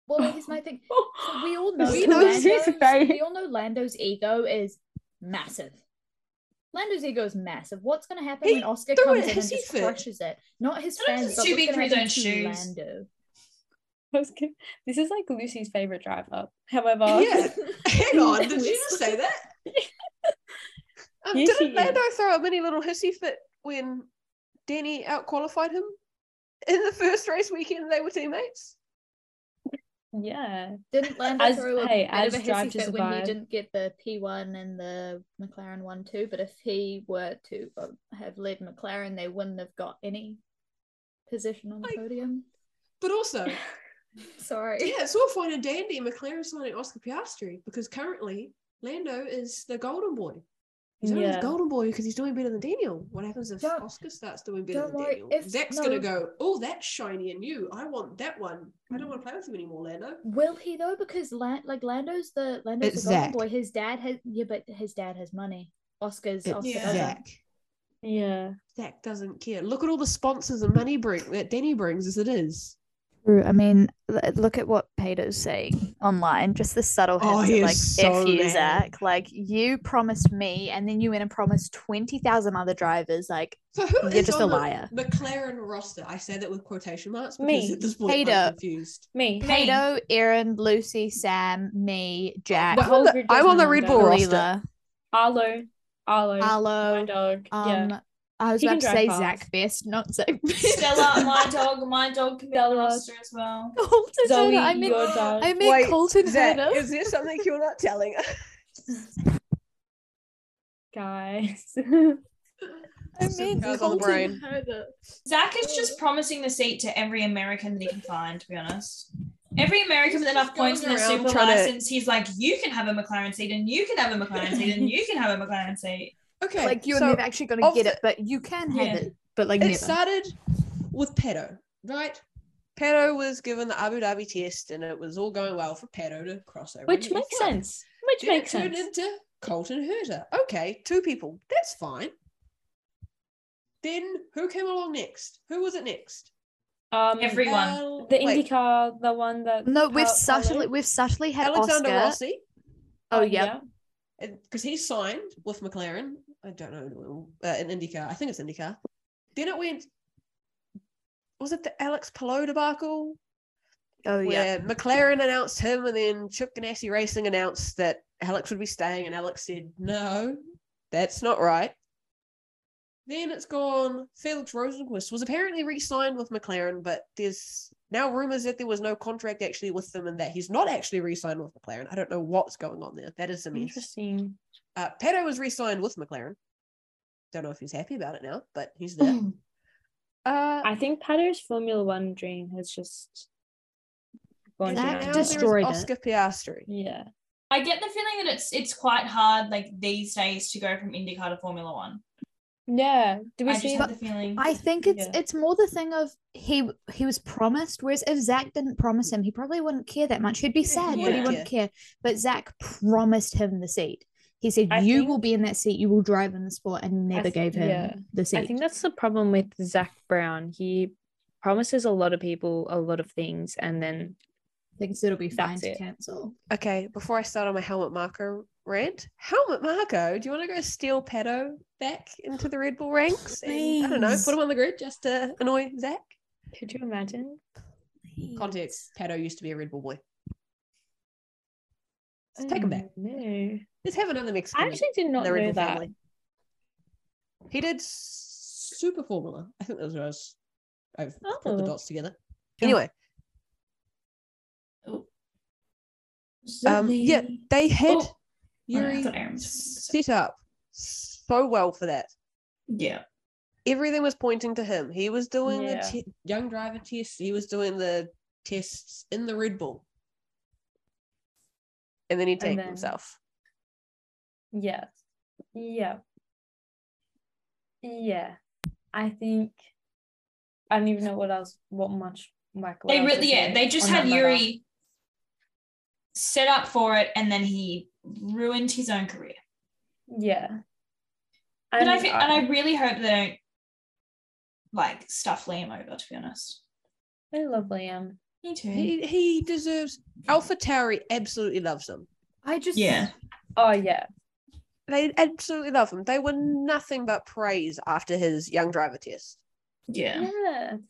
D: Well, here's my thing. So we all know
A: We
D: we,
A: know
D: Lando's,
A: his face.
D: we all know Lando's ego is massive. Lando's ego is massive. What's going to happen
E: He
D: when Oscar
E: threw
D: comes
E: it,
D: in and
E: his
D: just
E: outfit.
D: crushes it? Not his
C: Lando's
D: fans,
C: just
D: but
C: too
D: what's
C: big
D: going
C: for
D: to
C: his
D: happen
C: own
D: to
C: shoes.
D: Lando?
A: I was gonna- this is like Lucy's favorite driver. However,
E: <laughs> Yeah.
A: <laughs>
E: Hang on, did you
D: Yes.
E: just say that? um,
A: Yes,
E: didn't
A: he
E: Lando throw a mini little hissy fit when Danny outqualified him in the first race weekend? They were teammates.
A: yeah.
D: Didn't Lando
A: As-
D: throw a
A: hey,
D: bit of
A: as
D: a
A: Drive
D: hissy
A: to
D: fit when he
A: Survive.
D: didn't get the P1 and the McLaren one too? But if he were to uh, have led McLaren, they wouldn't have got any position on the
E: Like-
D: podium.
E: But also, yeah,
D: Sorry.
E: it's all fine and dandy. McLaren signing Oscar Piastri because currently Lando is the golden boy. He's only
A: Yeah.
E: the golden boy because he's doing better than Daniel. What happens if
D: Don't-
E: Oscar starts doing better
D: don't
E: than
D: worry,
E: Daniel?
D: if-
E: Zach's
D: no.
E: gonna go, oh, that's shiny and new. I want that one. I don't want to play with him anymore, Lando.
D: Will he though? Because Lan- like Lando's the Lando's
E: It's
D: the golden
E: Zach.
D: boy. His dad has yeah, but his dad has money. Oscar's
E: It's
D: Oscar
C: Yeah.
D: doesn't.
E: Zach.
A: Yeah.
E: Zach doesn't care. Look at all the sponsors and money bring that Danny brings as it is.
D: True. I mean, l- look at what Peter's saying online. Just the subtle hints
E: Oh,
D: of,
E: he is
D: like,
E: so
D: "F you,
E: mad.
D: Zach." Like, you promised me, and then you went and promised twenty thousand other drivers. Like,
E: So who
D: You're
E: is
D: just
E: on
D: a
E: the
D: liar.
E: McLaren roster. I say that with quotation marks because
A: Me.
E: at this point
D: Hater.
E: I'm confused.
A: Me.
C: Me.
D: Peter, Erin, Lucy, Sam, me, Jack,
A: Well, whole group doesn't know that.
E: roster.
D: Kalila,
A: Arlo. Arlo. My
D: Arlo.
A: dog.
D: Um,
A: yeah.
D: I was
A: He
D: about
A: can
D: to say
A: drive
D: Zach Best, not <laughs> Zach. Best.
C: Stella, my dog, my dog can be on
A: Stella.
C: the roster as well.
D: Colton
A: Zoe,
D: Herder, I meant, <laughs>
A: your dog.
D: I meant Colton Herder.
E: there something you're not telling us?
A: Guys. <laughs>
D: I
E: Some
D: meant
E: girls on
D: Colton
E: the brain.
D: Herder.
C: Zach is just promising the seat to every American that he can find, to be honest. Every American with enough points in their
E: Going around
C: super
E: trying to-
C: license, he's like, you can have a McLaren seat, and you can have a McLaren seat, and you can have a McLaren seat.
E: Okay.
D: like you're
E: so
D: never actually going to
E: of
D: get
E: the-
D: it, but you can have
C: Yeah.
D: it. But like
E: it
D: never.
E: started with Pedo, right? Pato was given the Abu Dhabi test, and it was all going well for Pato to cross over.
A: Which
E: into
A: makes
E: front.
A: sense. Which
E: Then it
A: makes sense.
E: Turned into Colton Herter. Okay, two people. That's fine. Then who came along next? Who was it next?
A: Um,
C: Every- Everyone.
E: Al-
A: the
E: wait,
A: IndyCar, the one that
F: No, we've
A: Car-
F: subtly
A: Carlo?
F: we've subtly had
E: Alexander
F: Oscar.
E: Rossi,
F: Oh yeah.
E: because he signed with McLaren. I don't know uh, in IndyCar. I think it's IndyCar. Then it went. Was it the Alex Palou debacle?
F: Oh yeah.
E: where McLaren announced him, and then Chip Ganassi Racing announced that Alex would be staying, and Alex said, "No, that's not right." Then it's gone. Felix Rosenquist was apparently re-signed with McLaren, but there's now rumors that there was no contract actually with them, and that he's not actually re-signed with McLaren. I don't know what's going on there. That is a mess.
A: Interesting.
E: Uh, Pato was re-signed with McLaren. Don't know if he's happy about it now, but he's there.
F: Hmm.
E: Uh,
A: I think Patter's Formula One dream has just gone
E: and
F: That
E: now
A: down.
E: there is
F: destroyed it.
E: Oscar Piastri.
A: Yeah.
C: I get the feeling that it's it's quite hard like these days to go from IndyCar to Formula One.
A: Yeah. Do we
C: I just
A: see
C: have the feeling.
D: um,
F: I think it's
A: Yeah.
F: it's more the thing of he he was promised, whereas if Zach didn't promise him, he probably wouldn't care that much. He'd be sad, but he
E: yeah.
F: wouldn't care. But Zach promised him the seat. He said,
A: I
F: "You
A: think-
F: will be in that seat. You will drive in the sport," and never
A: th-
F: gave him
A: yeah.
F: the seat.
A: I think that's the problem with Zach Brown. He promises a lot of people a lot of things and then
F: thinks it'll be fine
A: That's
F: to
A: it.
F: cancel.
E: Okay, before I start on my helmet Marco rant, helmet Marco, do you want to go steal Pato back into the Red Bull ranks? And, I don't know,
F: Please.
E: put him on the grid just to annoy Zach.
A: could you imagine?
E: Context: Pato used to be a Red Bull boy. Let's take him
F: Hmm.
E: back.
A: No.
E: Let's have another
A: I
E: Mexican.
A: actually did
E: in
A: not
E: the Red
A: know
E: Bull
A: that.
E: family. He did s- Super Formula. I think those was. I've put the
A: Oh.
E: dots together.
A: Yeah.
E: Anyway, um, yeah, they had
C: Oh, I
E: Yuri
C: thought Aaron was-
E: set up so well for that.
C: yeah.
E: everything was pointing to him. He was doing
A: Yeah.
E: the te- young driver test. He was doing the tests in the Red Bull, and then he
A: And
E: tanked
A: then-
E: himself.
A: Yeah. Yeah. Yeah. I think I don't even know what else what much like what
C: They
A: else to
C: really yeah,
A: say
C: they just
A: on
C: had
A: that matter.
C: Yuri set up for it and then he ruined his own career.
A: Yeah.
C: And, I feel, and I really hope they don't like stuff Liam over, to be honest.
A: I love Liam.
C: Me too.
E: He he deserves. Alpha Tauri absolutely loves him.
D: I just
C: yeah.
A: Oh yeah.
E: They absolutely love him. They were nothing but praise after his young driver test,
C: Yeah.
A: Yeah.
E: and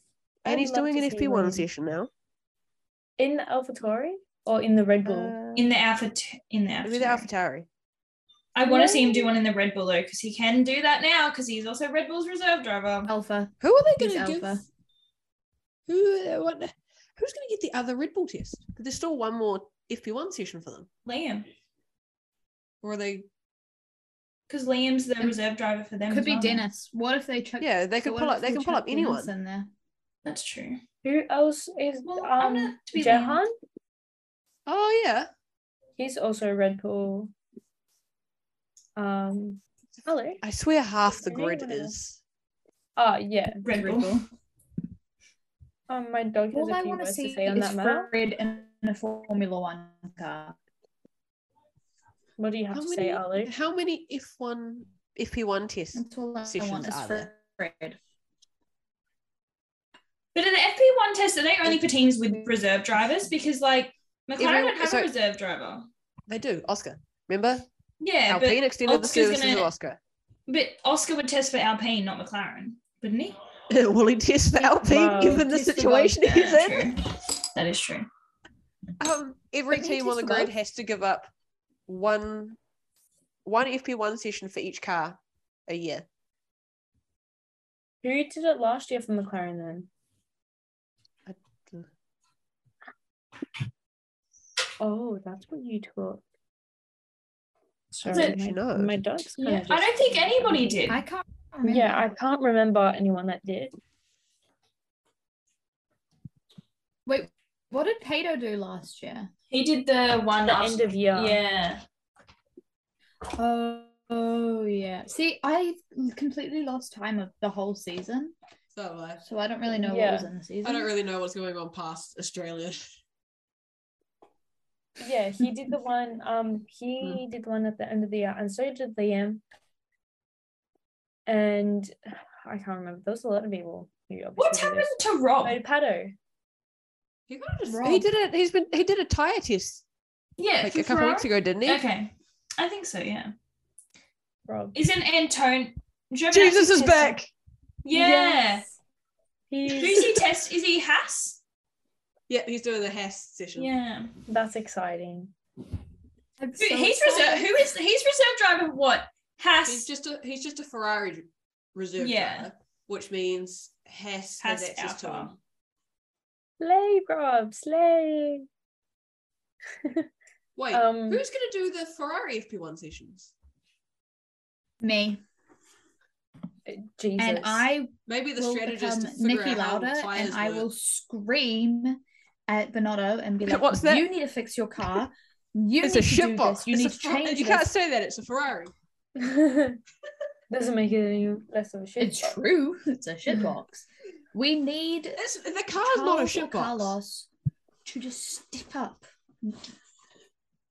A: I'd
E: he's
A: love
E: doing
A: to
E: an
A: see
E: FP one
A: Liam.
E: session now.
A: In the AlphaTauri or in the Red Bull?
E: Uh,
C: In the Alpha t- in the Alpha.
E: maybe the
C: Tauri.
E: Alpha Tauri.
C: I want to see him do one in the Red Bull though, because he can do that now, because he's also Red Bull's reserve driver.
D: alpha.
E: Who are they
D: He's
E: going to give?
D: alpha.
E: Who what, Who's going to get the other Red Bull test? There's still one more FP one session for them,
C: Liam,
E: or are they?
C: because Liam's the reserve driver for them.
D: Could
C: as
D: be
C: well.
D: Dennis. What if they chuck?
E: Yeah, they
D: so
E: can
D: what
E: pull
D: if
E: up. They can pull
D: chuck
E: up
D: Dennis
E: anyone.
D: in there?
C: That's true.
A: Who else is
C: Well, I'm
A: um
C: not to be
A: Jahan?
E: Oh yeah,
A: He's also a Red Bull. Um hello.
E: I swear half the
A: Anyone
E: grid
A: else?
E: is.
A: Oh yeah.
C: Red Bull.
A: Um my dog has
D: All
A: a
D: I
A: few
D: want to
A: words to
D: see
A: say on
D: is
A: that matter.
D: Fred in a Formula One car.
A: What do you have
E: How
A: to say,
E: many,
A: Ali?
E: how many F one FP one tests?
D: That's all I
E: Sessions
D: want is
E: are
D: Fred.
E: there.
C: But in the FP1 test, it ain't only for teams with reserve drivers, because like McLaren
E: Everyone-
C: don't have
E: so-
C: a reserve driver.
E: They do. Oscar, remember?
C: Yeah,
E: Alpine extended
C: Oscar's
E: the services
C: gonna-
E: of Oscar.
C: but but Oscar would test for Alpine, not McLaren, wouldn't he?
E: <laughs> Will he test for Alpine
A: Wow.
E: given the
D: Test the
E: situation
C: Yeah,
E: he's
C: that's
E: in?
C: true. That is true.
E: Um, every
D: But he
E: team on the
D: tests
E: grid
D: both.
E: has to give up one one FP one session for each car a year.
A: Who did it last year for McLaren then? Oh, that's what you took. Sorry,
E: don't actually
A: my,
E: know.
A: my dog's kinda
D: Yeah, I
A: just-
C: I don't think anybody did.
D: I can't remember.
A: Yeah, I can't remember anyone that did.
D: Wait, what did Pato do last year?
C: He did the one
A: The
C: after-
A: end of year.
C: Yeah.
D: Oh, oh yeah. See, I completely lost time of the whole season.
E: So am I.
D: So I don't really know
A: Yeah.
D: what was in the season.
E: I don't really know what's going on past Australia.
A: Yeah, he did the one. Um,
C: Hmm.
A: he did one at the end of the year, and so did Liam. And I can't remember. There was a lot of people who obviously.
C: What's
A: did
C: happened
A: it.
C: to Rob?
A: Oh, Pato.
E: He, got a dis-
D: Rob.
E: he did it. He's been. He did a tire test
C: Yeah,
E: like
C: for
E: a couple weeks
C: Ferrari?
E: ago, didn't he?
C: Okay, I think so. Yeah,
A: Rob.
C: isn't Anton?
E: Jesus is back.
C: Yeah.
A: Yes.
C: Who's
A: He's,
C: he test? Is he Hass?
E: Yeah, he's doing the Hess session.
C: Yeah.
A: that's exciting.
C: Who, he's reserve. Who is he's reserve driver? What
E: He's
C: Hass?
E: just a he's just a Ferrari reserve
C: Yeah.
E: driver, which means Hess,
C: Hess
E: has access to
C: Alpha.
E: him.
A: Slay, Rob. Slay.
E: Wait,
A: Um,
E: who's gonna do the Ferrari FP1 sessions?
D: Me
A: Jesus.
D: and I
E: Maybe the
D: will
E: strategist
D: become
E: to figure
D: um, Nikki
E: out how
D: Lauda,
E: tires
D: and I
E: work.
D: will scream at Bonotto and
E: <laughs>
D: be like,
E: What's that?
D: "You need to fix your car. You
E: It's
D: need to do
E: a shit
D: this.
E: box.
D: You
E: It's a
D: need to
E: Ferrari-
D: change
E: You
D: this."
E: can't say that. It's a Ferrari.
A: <laughs> Doesn't make it any less of a shit.
D: It's true. <laughs> It's a shit box. We need
E: It's, the Mm-hmm. car's not a
D: Charles or
E: shit box.
D: Carlos to just step up,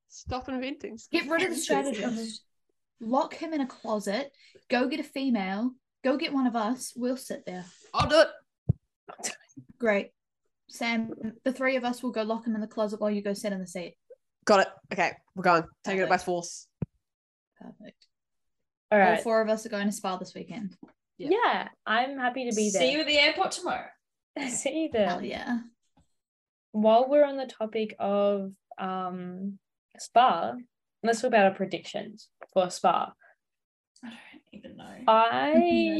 E: Stop inventing.
D: get rid of the strategist, lock him in a closet, go get a female, go get one of us. We'll sit there.
E: I'll do it.
D: Great. Sam, the three of us will go lock him in the closet while you go sit in the seat.
E: Got it. Okay, we're going. Taking it by force.
D: Perfect.
A: All
D: All
A: right.
D: four of us are going to spa this weekend.
A: yeah. I'm happy to be there.
C: See you at the airport tomorrow.
A: <laughs> See you there.
D: Hell yeah.
A: While we're on the topic of um spa, let's talk about our predictions for spa.
C: I don't even know.
A: Oh,
D: <laughs>
A: I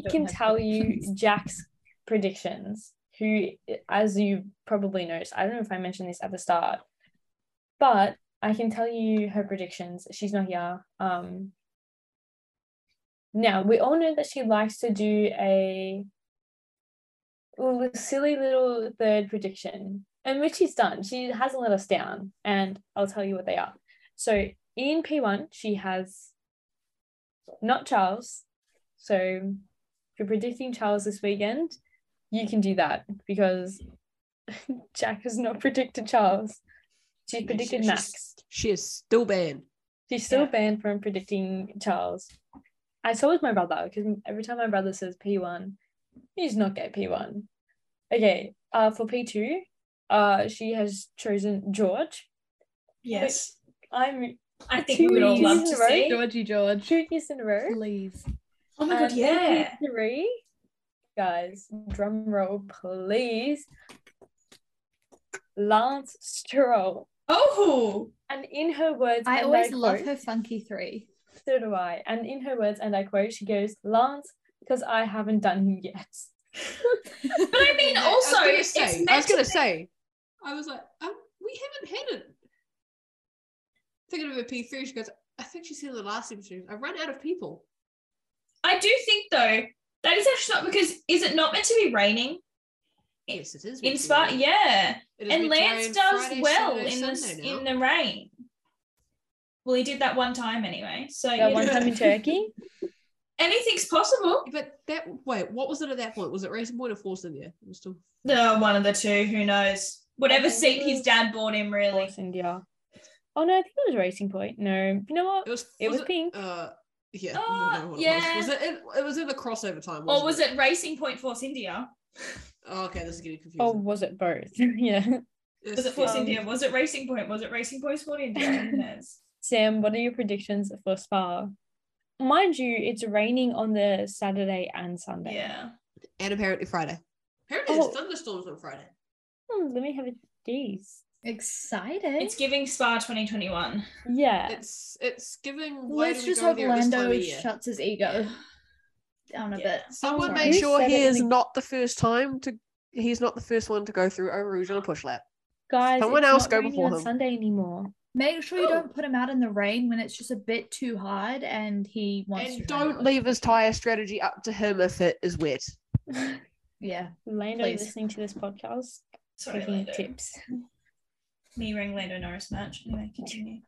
D: don't
A: can
D: have
A: tell you
D: predictions.
A: Jack's predictions, who, as you probably noticed, I don't know if I mentioned this at the start, but I can tell you her predictions. She's not here. Um, now, we all know that she likes to do a l- silly little third prediction, and which she's done. She hasn't let us down, and I'll tell you what they are. So, in P1, she has not Charles, so if you're predicting Charles this weekend, you can do that because <laughs> Jack has not predicted Charles. She predicted
E: she's-
A: Max.
E: She is still banned.
A: She's still
C: Yeah.
A: banned from predicting Charles. I so is my brother because every time my brother says P1, he's not get P1. Okay, uh, for P2, uh, she has chosen George.
C: Yes,
A: I'm
C: I think
A: Two
C: we would all love
A: years
C: to
A: in a row.
C: see.
D: Georgie George.
A: two years in a row.
D: Please.
C: Oh my god,
A: And
C: yeah.
A: P3, guys, drum roll, please. Lance Stroll.
C: Oh,
A: And in her words,
D: I
A: and
D: always
A: quote,
D: love her funky three.
A: So do I. And in her words, and I quote, she goes, Lance, because I haven't done <laughs> him yet.
C: but I mean,
E: Yeah,
C: also,
E: I was gonna
C: it's
E: say. I was
C: meant
E: gonna
C: to-
E: say. I was like, um, we haven't had it. Thinking of a P three, she goes. I think she said the last episode. I run out of people.
C: I do think though that is actually not because is it not meant to be raining
E: Yes, it is. meant
C: in
E: to be
C: Spa?
E: rain.
C: Yeah,
E: It is
C: and
E: meant to
C: Lance
E: rain
C: does
E: Friday,
C: well
E: Saturday,
C: in this
E: Sunday now.
C: in the rain. Well, he did that one time anyway, so
A: That
C: you
A: one
C: know,
A: time in Turkey.
C: anything's possible.
E: But that wait, what was it at that point? Was it racing point or force in there? It was still
C: No, one of the two. Who knows? Whatever
A: Okay.
C: seat his dad bought him, really.
A: Force India. Oh no, I think it was Racing Point. No, you know what?
E: it was
A: It was pink.
E: Uh, yeah,
C: Oh,
E: I don't know what
C: yeah.
E: it was. Was it, it? It was in the crossover time.
C: Or
E: Wasn't
C: was it Racing Point Force India?
E: Oh, okay, this is getting confusing. um,
A: Or was it both? <laughs> yeah.
E: This
C: Was it
E: is
A: Um,
C: Force
E: getting-
C: India? Was it Racing Point? Was it Racing Point Force India?
A: <laughs>
C: Who knows?
A: Sam, what are your predictions for Spa? Mind you, it's raining on the Saturday and Sunday.
C: Yeah.
E: And apparently Friday. Apparently there's
A: Oh.
E: thunderstorms on Friday.
A: Hmm, let me have a gaze.
D: Excited.
C: It's giving Spa 2021.
A: Yeah.
E: It's it's giving. Why
D: Let's
E: do
D: just
E: we go
D: hope
E: there at this time
D: Lando
E: of year?
D: shuts his ego down a
C: Yeah.
D: bit.
E: Someone
D: Sorry.
E: make
A: You
E: sure
A: said
E: he
A: it
E: is
A: when-
E: not the first time to. He's not the first one to go through Eau Rouge on a push lap.
A: Guys,
E: Someone
A: it's
E: else
A: not
E: go
A: raining
E: before
A: on
E: him.
A: Sunday anymore.
D: Make sure you
E: Oh.
D: don't put him out in the rain when it's just a bit too hard and he wants to.
E: And
D: try and
E: don't
D: do it.
E: leave his tire strategy up to him if it is wet.
D: Yeah.
A: Lando
D: Please.
A: listening to this podcast,
D: <laughs>
C: Sorry,
A: taking
C: Lando.
A: tips.
C: Me ring Lando Norris match. Anyway, continue.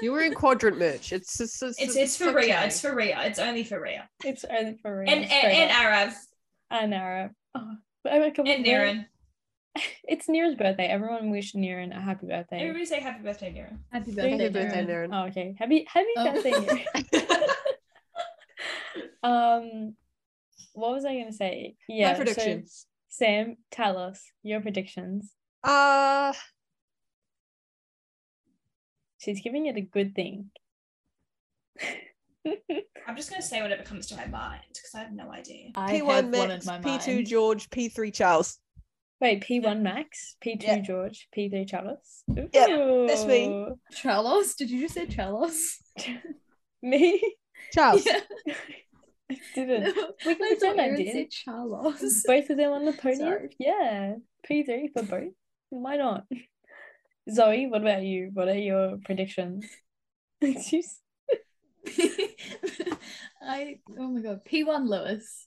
E: You're wearing quadrant merch. It's it's it's,
C: It's it's for
E: okay.
C: Rhea. It's for Rhea. It's only for Rhea.
A: It's only for real.
C: And and,
A: straight
C: and
A: up.
C: Arav.
A: and Nara. Oh, but I woke up
C: And
A: with-
C: Niren.
A: <laughs> It's Nira's birthday. Everyone wish Niren a happy birthday.
C: Everybody say happy birthday, Niren.
D: Happy
A: Thank
D: birthday,
A: you,
E: birthday,
D: Darren.
E: Niren.
A: Oh, okay. Happy happy
D: Oh.
A: birthday,
D: <laughs>
A: Niren. um, what was I gonna say? Yeah.
E: My
A: so,
E: predictions.
A: Sam, tell us your predictions.
E: Uh,
A: She's giving it a good thing. <laughs>
C: I'm just going to say whatever comes to my mind because I have no idea.
D: I have
E: P1
D: one in
E: Max,
D: my
E: P2
D: mind.
E: George, P3 Charles.
A: Wait, P1 Max, P2
E: Yeah.
A: George, P3 Charles.
E: Yeah, that's me.
A: Ooh.
D: Trelos? Did you just say Trelos?
A: <laughs> Me?
D: <laughs>
E: Charles.
D: Yeah.
A: I
D: <laughs>
A: didn't.
D: We
A: can pretend I did.
D: say Charles.
A: Both of them on the podium?
D: Sorry.
A: Yeah. P3 for both. Why not? Zoe, what about you? What are your predictions? <laughs> She's-
D: <laughs> I oh my god. P1 Lewis.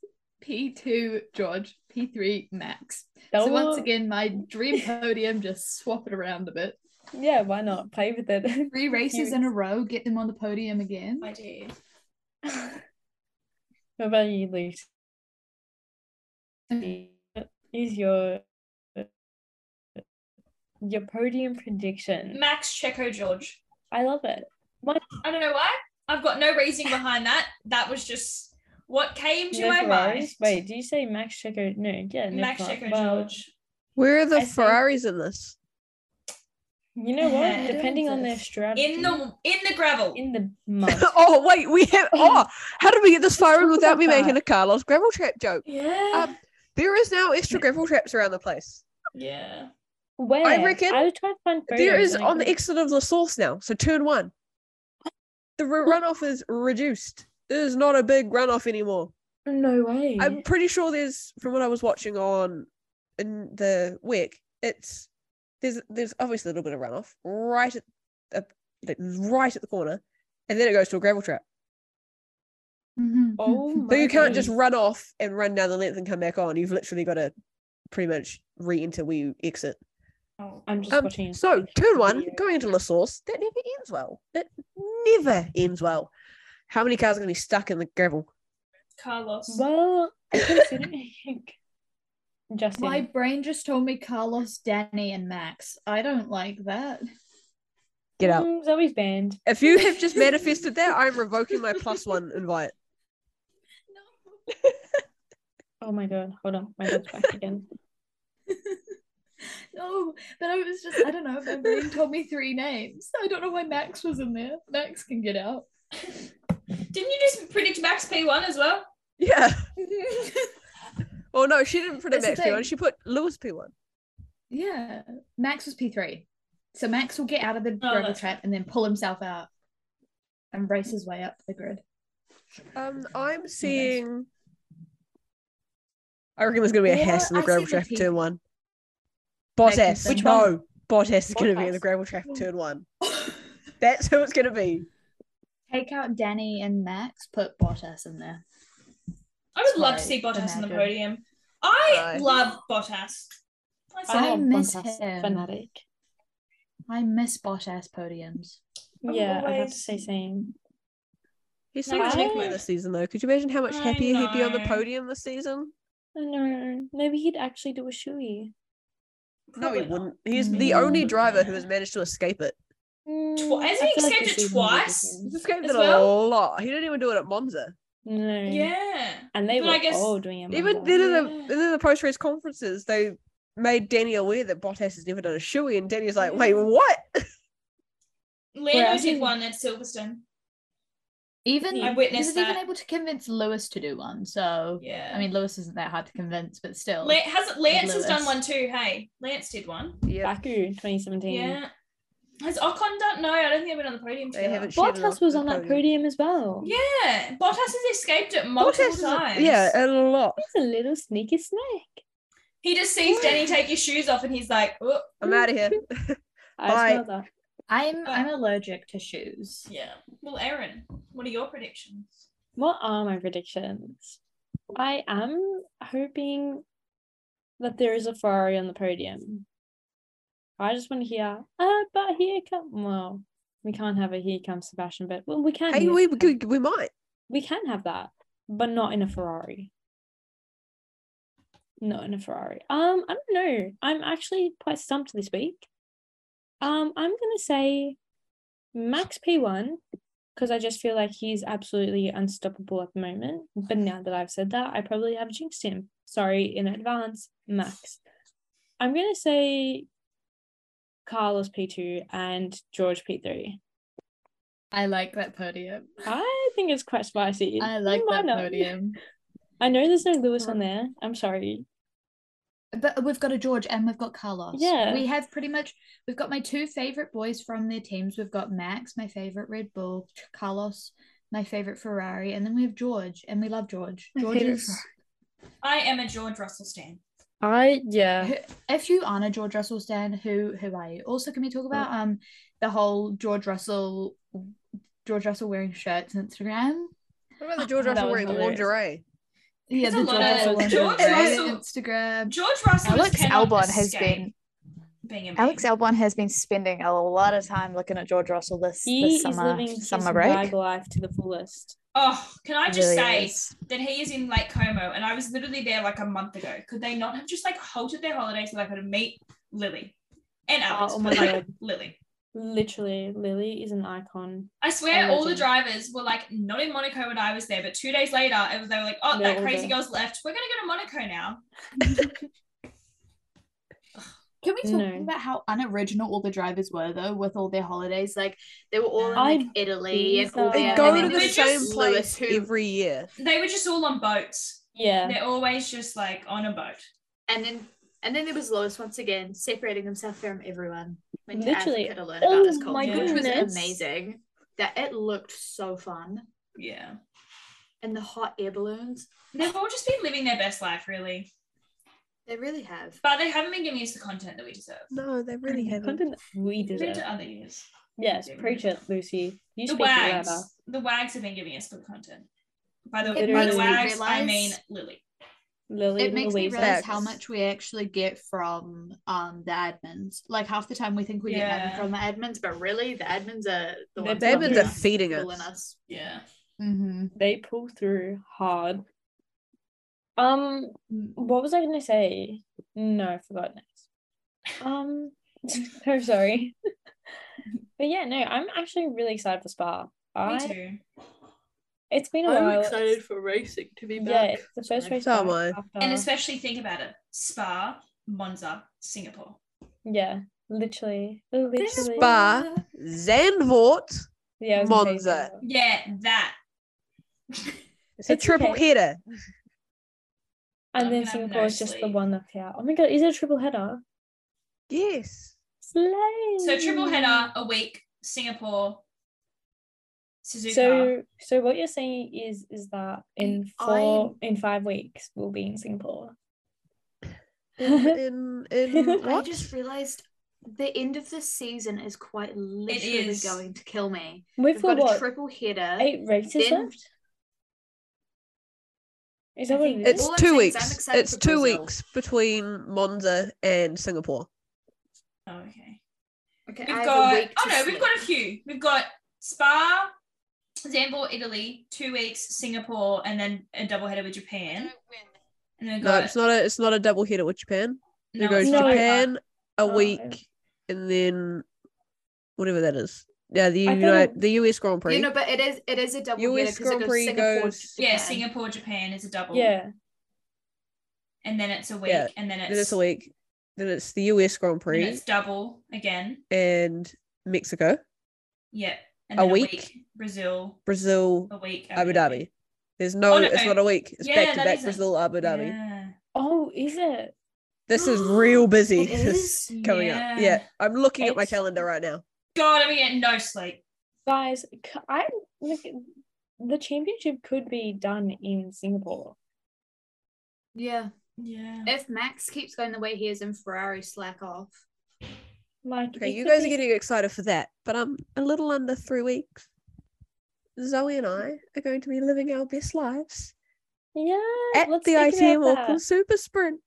D: P2 George. P3 Max.
A: that
D: so once
A: will-
D: again, my dream podium just swap it around a bit.
A: Yeah, why not? Play with it. <laughs>
D: Three races in a row, get them on the podium again.
C: Idea.
A: what <laughs> about you, Lucy? Is your your podium prediction?
C: Max Checo George.
A: I love it.
C: I don't know why. I've got no reasoning behind that. That was just what came to my
A: Never mind.
C: mind.
A: Wait, do you say Max Checo? No, yeah, never
C: Max
A: mind.
C: Checo
A: Well,
C: George.
E: Where are the
A: I think-
E: Ferraris in this?
A: You know what?
C: Yeah.
A: Depending on their strategy,
C: In the in the gravel.
A: in
C: <laughs>
A: the mud.
E: <laughs> oh, wait,
D: <laughs>
E: we have. Oh, how did we get this far in
A: Talk
E: without me
A: about
E: making
A: that.
E: a Carlos gravel trap joke?
C: yeah.
E: Um, There is now
D: <laughs>
E: extra gravel traps around the place.
C: yeah.
A: Where
E: reckon
A: I would try to find
E: there
A: photos
E: is
A: and I
E: on the
A: couldn't-
E: exit of the source now, so turn one. The r- runoff is reduced. It is not a big runoff anymore.
A: No way.
E: I'm pretty sure there's from what I was watching on in the wick, it's there's there's obviously a little bit of runoff right at up, like, right at the corner, and then it goes to a gravel trap.
D: Mhm.
A: <laughs>
D: <laughs>
E: <laughs>
A: oh my
E: So you can't just run off and run down the length and come back on. You've literally got to pretty much re-enter where you exit.
C: Oh,
A: I'm just
E: Um,
A: watching. a
E: so turn one,
A: video.
E: going into La Source, that never ends well. That never ends well. How many cars are going to be stuck in the gravel?
C: Carlos.
A: Well,
E: <laughs>
A: considering Justin,
D: My brain just told me Carlos, Danny, and Max. I don't like that. <laughs>
E: Get out.
A: Mm, Zoe's banned.
E: If you
A: <laughs>
E: have just manifested that, I'm revoking my plus one invite.
A: Oh my god, hold on, my dog's back <laughs> again.
D: No, but I was just, I don't know. My brain told me three names. I don't know why Max was in there. Max can get <laughs> out.
C: Didn't you just predict Max P1 as well?
E: Yeah. Well, no, she didn't put a
D: That's
E: Max
D: the
E: P1.
D: thing.
E: She put Lewis P1.
D: yeah, Max was P3. So Max will get out of the gravel
C: Oh, that's
D: trap and then pull himself out and race his way up the grid.
E: Um, I'm seeing. I reckon there's going to be a
D: You know
E: Hess in
D: what? I
E: the
D: see
E: gravel
D: the
E: trap
D: P-
E: turn one.
D: Magnus
E: Bottas.
D: Which
E: no, Bottas is going to be in the
A: Bottas.
E: gravel trap turn <laughs> one. That's who it's going to be.
D: Take out Danny and Max, put Bottas in there.
C: I would love
D: Right,
C: to see Bottas on the
D: imagine.
C: podium. I
E: Right.
C: love Bottas. I say,
D: I
A: am
D: miss
A: Bontas
D: him.
A: Fanatic.
D: I miss Bottas podiums.
C: I'm
A: Yeah, I have to
C: always-
A: say same.
E: He's so
A: No,
E: much
A: I-
E: happier this season, though. Could you imagine how much
C: I
E: happier he'd be on the
C: know.
E: podium this season?
A: I know. Maybe he'd actually do a shoey.
E: No, he
C: probably not.
E: wouldn't. Mm. He's
D: Maybe.
E: the only driver who has managed to escape it.
A: Mm,
C: hasn't
A: I
C: he
A: feel
C: escaped
A: this
C: it
A: season he did
C: twice?
A: again.
E: He's escaped
C: As
E: it
C: well?
E: a lot. He didn't even do it at Monza.
A: No.
C: Yeah.
A: And they
C: But
A: were
C: I guess-
A: all doing it.
E: Even
A: Monday.
E: then, in the,
C: Yeah.
E: then in the post race conferences, they made Danny aware that Bottas has never done a shoey, and Danny's like, "Wait,
C: Yeah.
E: what?"
A: I
C: Lando did
A: think-
C: one at Silverstone.
D: Even
C: I witnessed
D: he was
C: that.
D: even able to convince Lewis to do one. So
C: Yeah.
D: I mean, Lewis isn't that hard to convince, but still.
C: La- hasn't Lance has done
D: Lewis.
C: one too? Hey, Lance did one.
E: Yeah,
A: Baku 2017.
C: Yeah. Has Ocon done? No, I don't think I've been on the podium.
E: they
C: together.
E: haven't. shared it
A: Bottas was
E: the
A: on that podium as well.
C: Yeah, Bottas has escaped it multiple
E: is a-
C: times.
E: yeah, uh, a lot.
A: He's a little sneaky snake.
C: he just sees Danny take his shoes off, and he's like, "Oh,
E: I'm out
A: <laughs>
E: of here.
A: I
E: Bye.
A: smell that.
D: I'm I'm allergic to shoes.
C: uh, yeah." Well, Aaron, what are your predictions?
A: What are my predictions? I am hoping that there is a Ferrari on the podium. I just want to hear, ah, but here come. Well, we can't have a here comes Sebastian, but well, we can.
E: hey,
A: hear
E: we, we
A: Sebastian.
E: could, we might.
A: we can have that, but not in a Ferrari. not in a Ferrari. Um, I don't know. I'm actually quite stumped this week. Um, I'm gonna say Max P1 because I just feel like he's absolutely unstoppable at the moment. But now that I've said that, I probably have jinxed him. Sorry in advance, Max. I'm gonna say Carlos P2 and George P3.
D: I like that
C: <laughs>
D: podium.
A: I think it's quite spicy.
D: I like
A: Why
D: that
A: not?
D: podium.
A: I know there's no Lewis
F: Um,
A: on there. I'm sorry.
D: But we've got a George and we've got Carlos.
A: Yeah.
D: We have pretty much we've got my two favorite boys from their teams. We've got Max, my favorite Red Bull, Carlos, my favorite Ferrari, and then we have George, and we love George.
F: My
D: George
F: favourite
D: is-
C: I am a George Russell stan.
A: I yeah.
D: who, if you aren't a George Russell stan, who who are you? Also, can we talk
A: Oh.
D: about um the whole George Russell George Russell wearing shirts on Instagram?
E: What about the George
A: That
E: Russell
A: was
E: wearing
A: hilarious.
E: lingerie?
D: Yeah,
C: There's a
D: the
C: lot
D: George
A: of-
D: Russell wearing
A: George
D: shirts on
C: Russell-
D: Instagram.
C: George Russell.
F: Alex
C: just cannot
F: Albon has
C: escape
F: been
C: being a
F: Alex
C: meme.
F: Albon has been spending a lot of time looking at George Russell this,
A: He
F: this
A: is
F: summer
A: living his
F: summer
A: bag
F: break.
A: life to the fullest.
C: Oh, can I just
F: Really
C: say
F: is.
C: that he is in Lake Como, and I was literally there like a month ago. Could they not have just like halted their holiday so that I could meet Lily and Alex?
A: oh
C: but,
A: my
C: like
A: God.
C: Lily.
A: Literally, Lily is an icon.
C: I swear,
A: A
C: all the
A: legend.
C: drivers were like not in Monaco when I was there, but two days later, it was they were like, "Oh,
A: They're
C: that
A: all
C: crazy
A: there.
C: girl's left. We're gonna go to Monaco now."
D: Can we talk
A: No.
D: about how unoriginal all the drivers were though with all their holidays? Like they were all in
A: I-
D: like, Italy and all
A: They
D: their-
E: They
A: Yeah,
E: go
D: Oh, and
E: to
D: then
E: the
C: they
D: there's
E: same
D: Lewis
E: place
D: who-
E: every year.
C: They were just all on boats.
A: Yeah.
C: They're always just like on a boat.
B: And then and then there was Lois once again separating himself from everyone. Went
A: Literally.
B: to Africa to learn about his
A: Oh my
B: culture, which was
A: goodness.
B: amazing. That it looked so fun.
C: Yeah,
B: And the hot air balloons,
C: they've all just been living their best life, really,
B: they really have.
C: but they haven't been giving us the content that we deserve.
E: No, they really haven't.
A: Content that we
C: Compared
A: deserve.
C: to other years,
A: Yes,
C: Yeah.
A: preach it, Lucy. You
C: the
A: speak it
C: wags,
A: louder.
C: the wags have been giving us good content. By the
A: It
C: by the
A: makes me
C: wags, I
D: realise-
C: mean Lily.
A: Lily
D: It makes me
A: Louisa.
D: realize
E: realize
D: how much we actually get from um the admins. Like half the time we think we get
C: Yeah.
D: nothing
B: From the admins, but really the admins are the
A: They're
B: ones
E: They've been
A: Yeah.
E: defeating
B: pulling
E: us. Mm-hmm.
B: us.
C: Yeah.
D: from.
A: They pull through hard. Um,
D: Mm-hmm.
A: what was I gonna say? No, I forgot next. Um, <laughs> so sorry. <laughs> but yeah, no, I'm actually really excited for Spa. I,
C: Me too.
A: It's been a while.
B: I'm excited for racing to be
A: yeah,
B: back.
A: it's the first
B: Sorry.
A: race
E: So am
A: back after-
C: And especially think about it Spa, Monza, Singapore.
A: yeah, literally, literally.
E: Spa, Zandvoort.
A: yeah, I was gonna say
E: Monza.
A: Spa.
C: Yeah, that. <laughs>
E: It's a
A: It's
E: triple
A: okay.
E: header.
A: And
C: I'm
A: then
C: gonna have no
A: Singapore is just the
C: sleep.
A: one left out. Oh my god, is it a triple header?
E: Yes.
A: Slay.
C: So triple header a week, Singapore, Suzuka.
A: So, so what you're saying is is that in four in five weeks we'll be in Singapore. <laughs>
E: in in
B: I
E: what?
B: just realized the end of this season is quite literally
C: is.
B: going to kill me.
A: We've
B: We've got
A: got what
B: a triple header.
A: eight races
B: then-
A: left. Is that
B: I
A: what
B: think
A: it is?
E: It's
B: All I'm
E: two
B: saying is I'm
E: weeks.
B: excited
E: It's
B: for
E: two
B: Brazil.
E: weeks between Monza and Singapore.
C: Oh, okay.
B: Okay,
C: We've
B: I have a
C: got,
B: week to
C: oh no, we've
B: sleep.
C: got a few. We've got Spa, Zambor, Italy, two weeks, Singapore, and then a double header with Japan. And then we've
E: No,
C: got,
E: it's not a it's not a double header with Japan. It goes
C: it's
A: not.
C: Doha.
E: Japan a
A: Oh,
E: week
A: okay.
E: and then whatever that is. Yeah, the
A: I thought
E: Uni-
A: it-
E: the US Grand Prix.
B: You know, but it is it is a double header
E: US
B: 'cause it
E: Grand Prix
B: Singapore,
E: goes-
C: Yeah,
B: Japan.
C: Singapore, Japan is a double.
A: Yeah.
C: And then it's a week,
E: Yeah,
C: and then it's,
E: then it's a week. Then it's the US Grand
C: and
E: Prix
C: it's double again.
E: and Mexico,
C: Yeah. And
E: A
C: then
E: week.
C: Brazil,
E: Brazil,
C: a week.
E: Abu Dhabi. There's no,
C: Oh, no.
E: it's not a week. It's
C: Yeah,
E: back to
C: that
E: back
C: is a-
E: Brazil, Abu Dhabi.
C: Yeah.
A: Oh, is it?
E: This is real busy.
B: It
E: <laughs> this
B: is?
E: coming
C: Yeah.
E: up. Yeah, I'm looking at my
A: It's-
E: calendar right now.
C: God, I'm getting no sleep.
A: Guys, c- I look the championship could be done in Singapore.
B: Yeah.
C: Yeah.
B: If Max keeps going the way he is and Ferrari slack off.
A: Like
E: Okay,
A: it
E: you
A: could
E: guys
A: be-
E: are getting excited for that, but I'm a little under three weeks. Zoe and I are going to be living our best lives
A: Yeah.
E: at
A: let's
E: the
A: think about
E: ITM
A: that.
E: Auckland Super Sprint.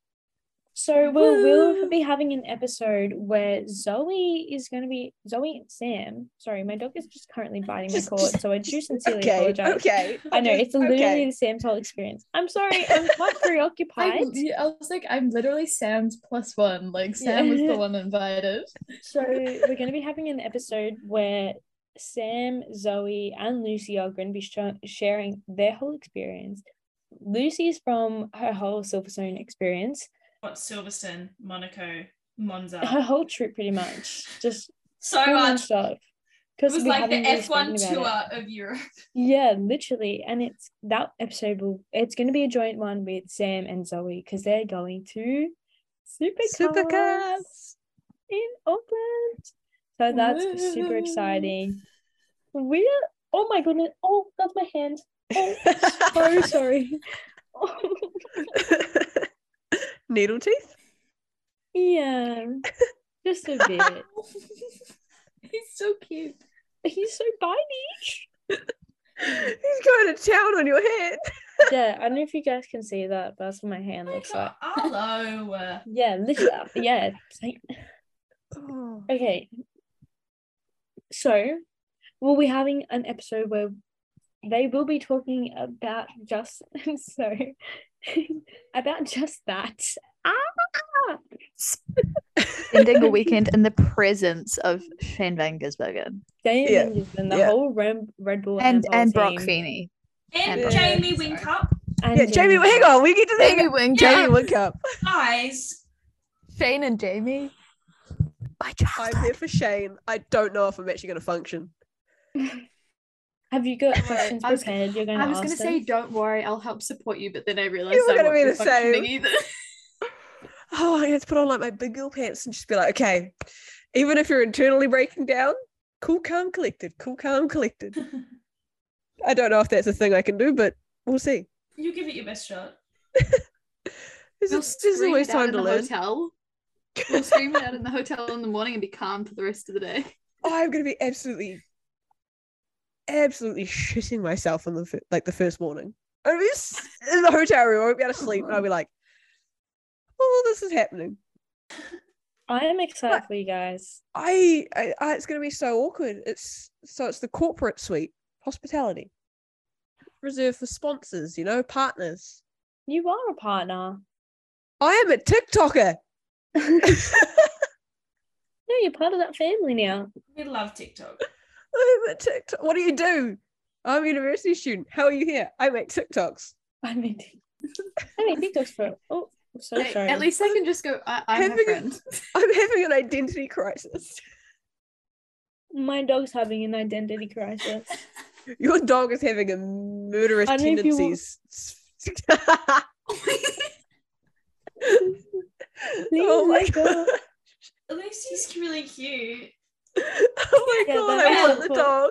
A: So we'll we'll
F: Woo.
A: be having an episode where Zoe is going to be Zoe and Sam. Sorry, my dog is just currently biting my
E: Just-
A: cord, so I do
E: <laughs>
A: sincerely
E: Okay.
A: apologize.
E: Okay.
A: I know
E: okay,
A: it's literally
E: okay.
A: the Sam's whole experience. I'm sorry, I'm
E: <laughs>
A: quite preoccupied.
D: I, yeah, I was like, I'm literally Sam's plus one. Like Sam was
A: Yeah.
D: the one invited.
A: So we're going to be having an episode where Sam, Zoe, and Lucy are going to be sho- sharing their whole experience. Lucy's from her whole Silverstone experience,
C: Got Silverstone, Monaco, Monza.
A: <laughs> her whole trip, pretty much, just
C: So
A: full on
C: much.
A: stuff.
C: It
A: 'Cause
C: was
A: we
C: like the
A: haven't really spoken
C: F1
A: about
C: tour
A: it.
C: of Europe.
A: Yeah, literally, and it's that episode will it's going to be a joint one with Sam and Zoe because they're going to Supercars.
E: Supercars.
A: in Auckland. So that's super
D: Woo.
A: exciting. We are, oh my goodness. Oh, that's my hand.
D: <laughs>
A: Oh, so sorry. <laughs> Oh,
E: <laughs> Needle teeth.
A: yeah, just a bit.
D: <laughs> He's so cute.
A: He's so bitey.
E: He's going to town on your head.
A: Yeah, I don't know if you guys can see that, but that's what my hand
D: <gasps>
A: looks like.
C: uh, Hello.
A: Yeah, literally. Yeah. it's like-
E: Oh.
A: Okay. So, we'll be having an episode where they will be talking about just <laughs> so about just that. Ah!
B: <laughs>
F: Ending a weekend in the presence of Shane Van Gisbergen
A: Damon
E: Yeah,
A: Gibson, the
E: yeah.
A: whole Ram- Red Bull
F: and
A: Empire
F: and Brock
A: team,
F: Feeney.
C: And
F: Yeah.
C: Jamie
D: Sorry.
C: Winkup.
A: and
E: <laughs> Yeah, Jamie, hang on. We get to the
F: Jamie Wing,
E: <laughs> Jamie, look up.
C: Guys. <laughs>
F: Shane and Jamie.
E: My I'm here for Shane. I don't know if I'm actually going to function.
A: Have you got
B: Wait,
A: questions
B: I was-
A: prepared? You're going to
B: I was
A: ask
B: going to
A: them?
B: say, don't worry, I'll help support you, but then I realized
E: You were
B: I
E: gonna
B: won't
E: be
B: be
E: the
B: functioning
E: same.
B: either.
E: Oh, I had to put on like my big girl pants and just be like, okay, even if you're internally breaking down, cool, calm, collected. Cool, calm, collected. I don't know if that's a thing I can do, but we'll see.
C: You give it your best shot.
E: There's,
B: We'll
E: there's
B: scream
E: always
B: it out
E: time
B: in
E: to
B: the
E: learn. <laughs>
B: Hotel. We'll scream it out in the hotel in the morning and be calm for the rest of the
E: <laughs>
B: day.
E: Oh, I'm gonna be absolutely, absolutely shitting myself on the fir- like the first morning. I'm gonna be s- in the hotel room. I won't be able to sleep, and I'll be like, "Oh, this is happening."
A: I am excited for you guys.
E: I, I, I it's gonna be so awkward. It's so it's the corporate suite, hospitality, reserved for sponsors. You know, partners.
A: You are a partner.
E: I am
A: <laughs>
E: a TikToker.
A: No, you're part of that family now. <laughs>
C: We love TikTok.
E: I'm a TikTok. What do you do? I'm a university student. How are you here? I make TikToks.
A: I mean, I mean, TikTok's for. Oh, I'm so
B: At-
A: sorry.
B: At least I can just go, I- I'm her
E: Having a-
B: friend.
E: I'm having an identity crisis.
A: my dog's having an identity crisis.
B: <laughs>
A: <laughs>
E: Your dog is having a murderous
A: I don't know if you want- <laughs>
E: tendencies. <laughs> oh my
A: Please let go.
E: god!
C: At least he's really cute.
E: <laughs> Oh my
A: Yeah,
E: god!
A: that
E: I
C: is
E: want the
A: awful.
E: dog.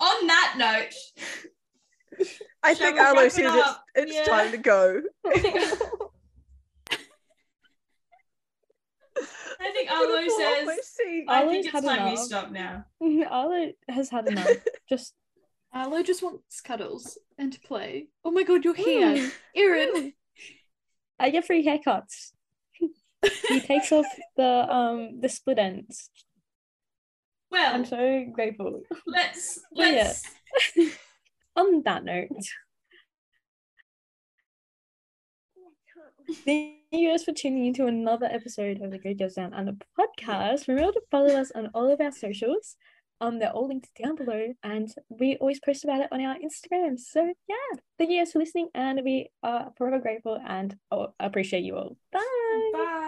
C: On that note,
E: I
C: Shall
E: think
C: we
E: Arlo
C: wrap it
E: says it's,
C: up?
E: it's
C: Yeah.
E: time to go.
C: I think Arlo
E: Beautiful, <laughs> oh, my
C: says,
E: seat.
C: I
A: Arlo's
C: think it's
A: had
C: time we
A: enough.
C: stop now.
A: <laughs> Arlo has had <laughs> enough. Just
B: Arlo just wants cuddles and to play. Oh my god, you're here. Erin.
A: I get free <laughs> haircuts. he takes off the um the split ends.
C: Well,
A: I'm so grateful. <laughs>
C: let's
A: Yeah.
C: let's
A: On that note, thank you guys for tuning into another episode of the Good Girls Down Under podcast. Remember to follow us on all of our socials. Um, they're all linked down below, and we always post about it on our Instagram. So yeah, thank you guys for listening, and we are forever grateful and oh, appreciate you all. Bye.
C: bye.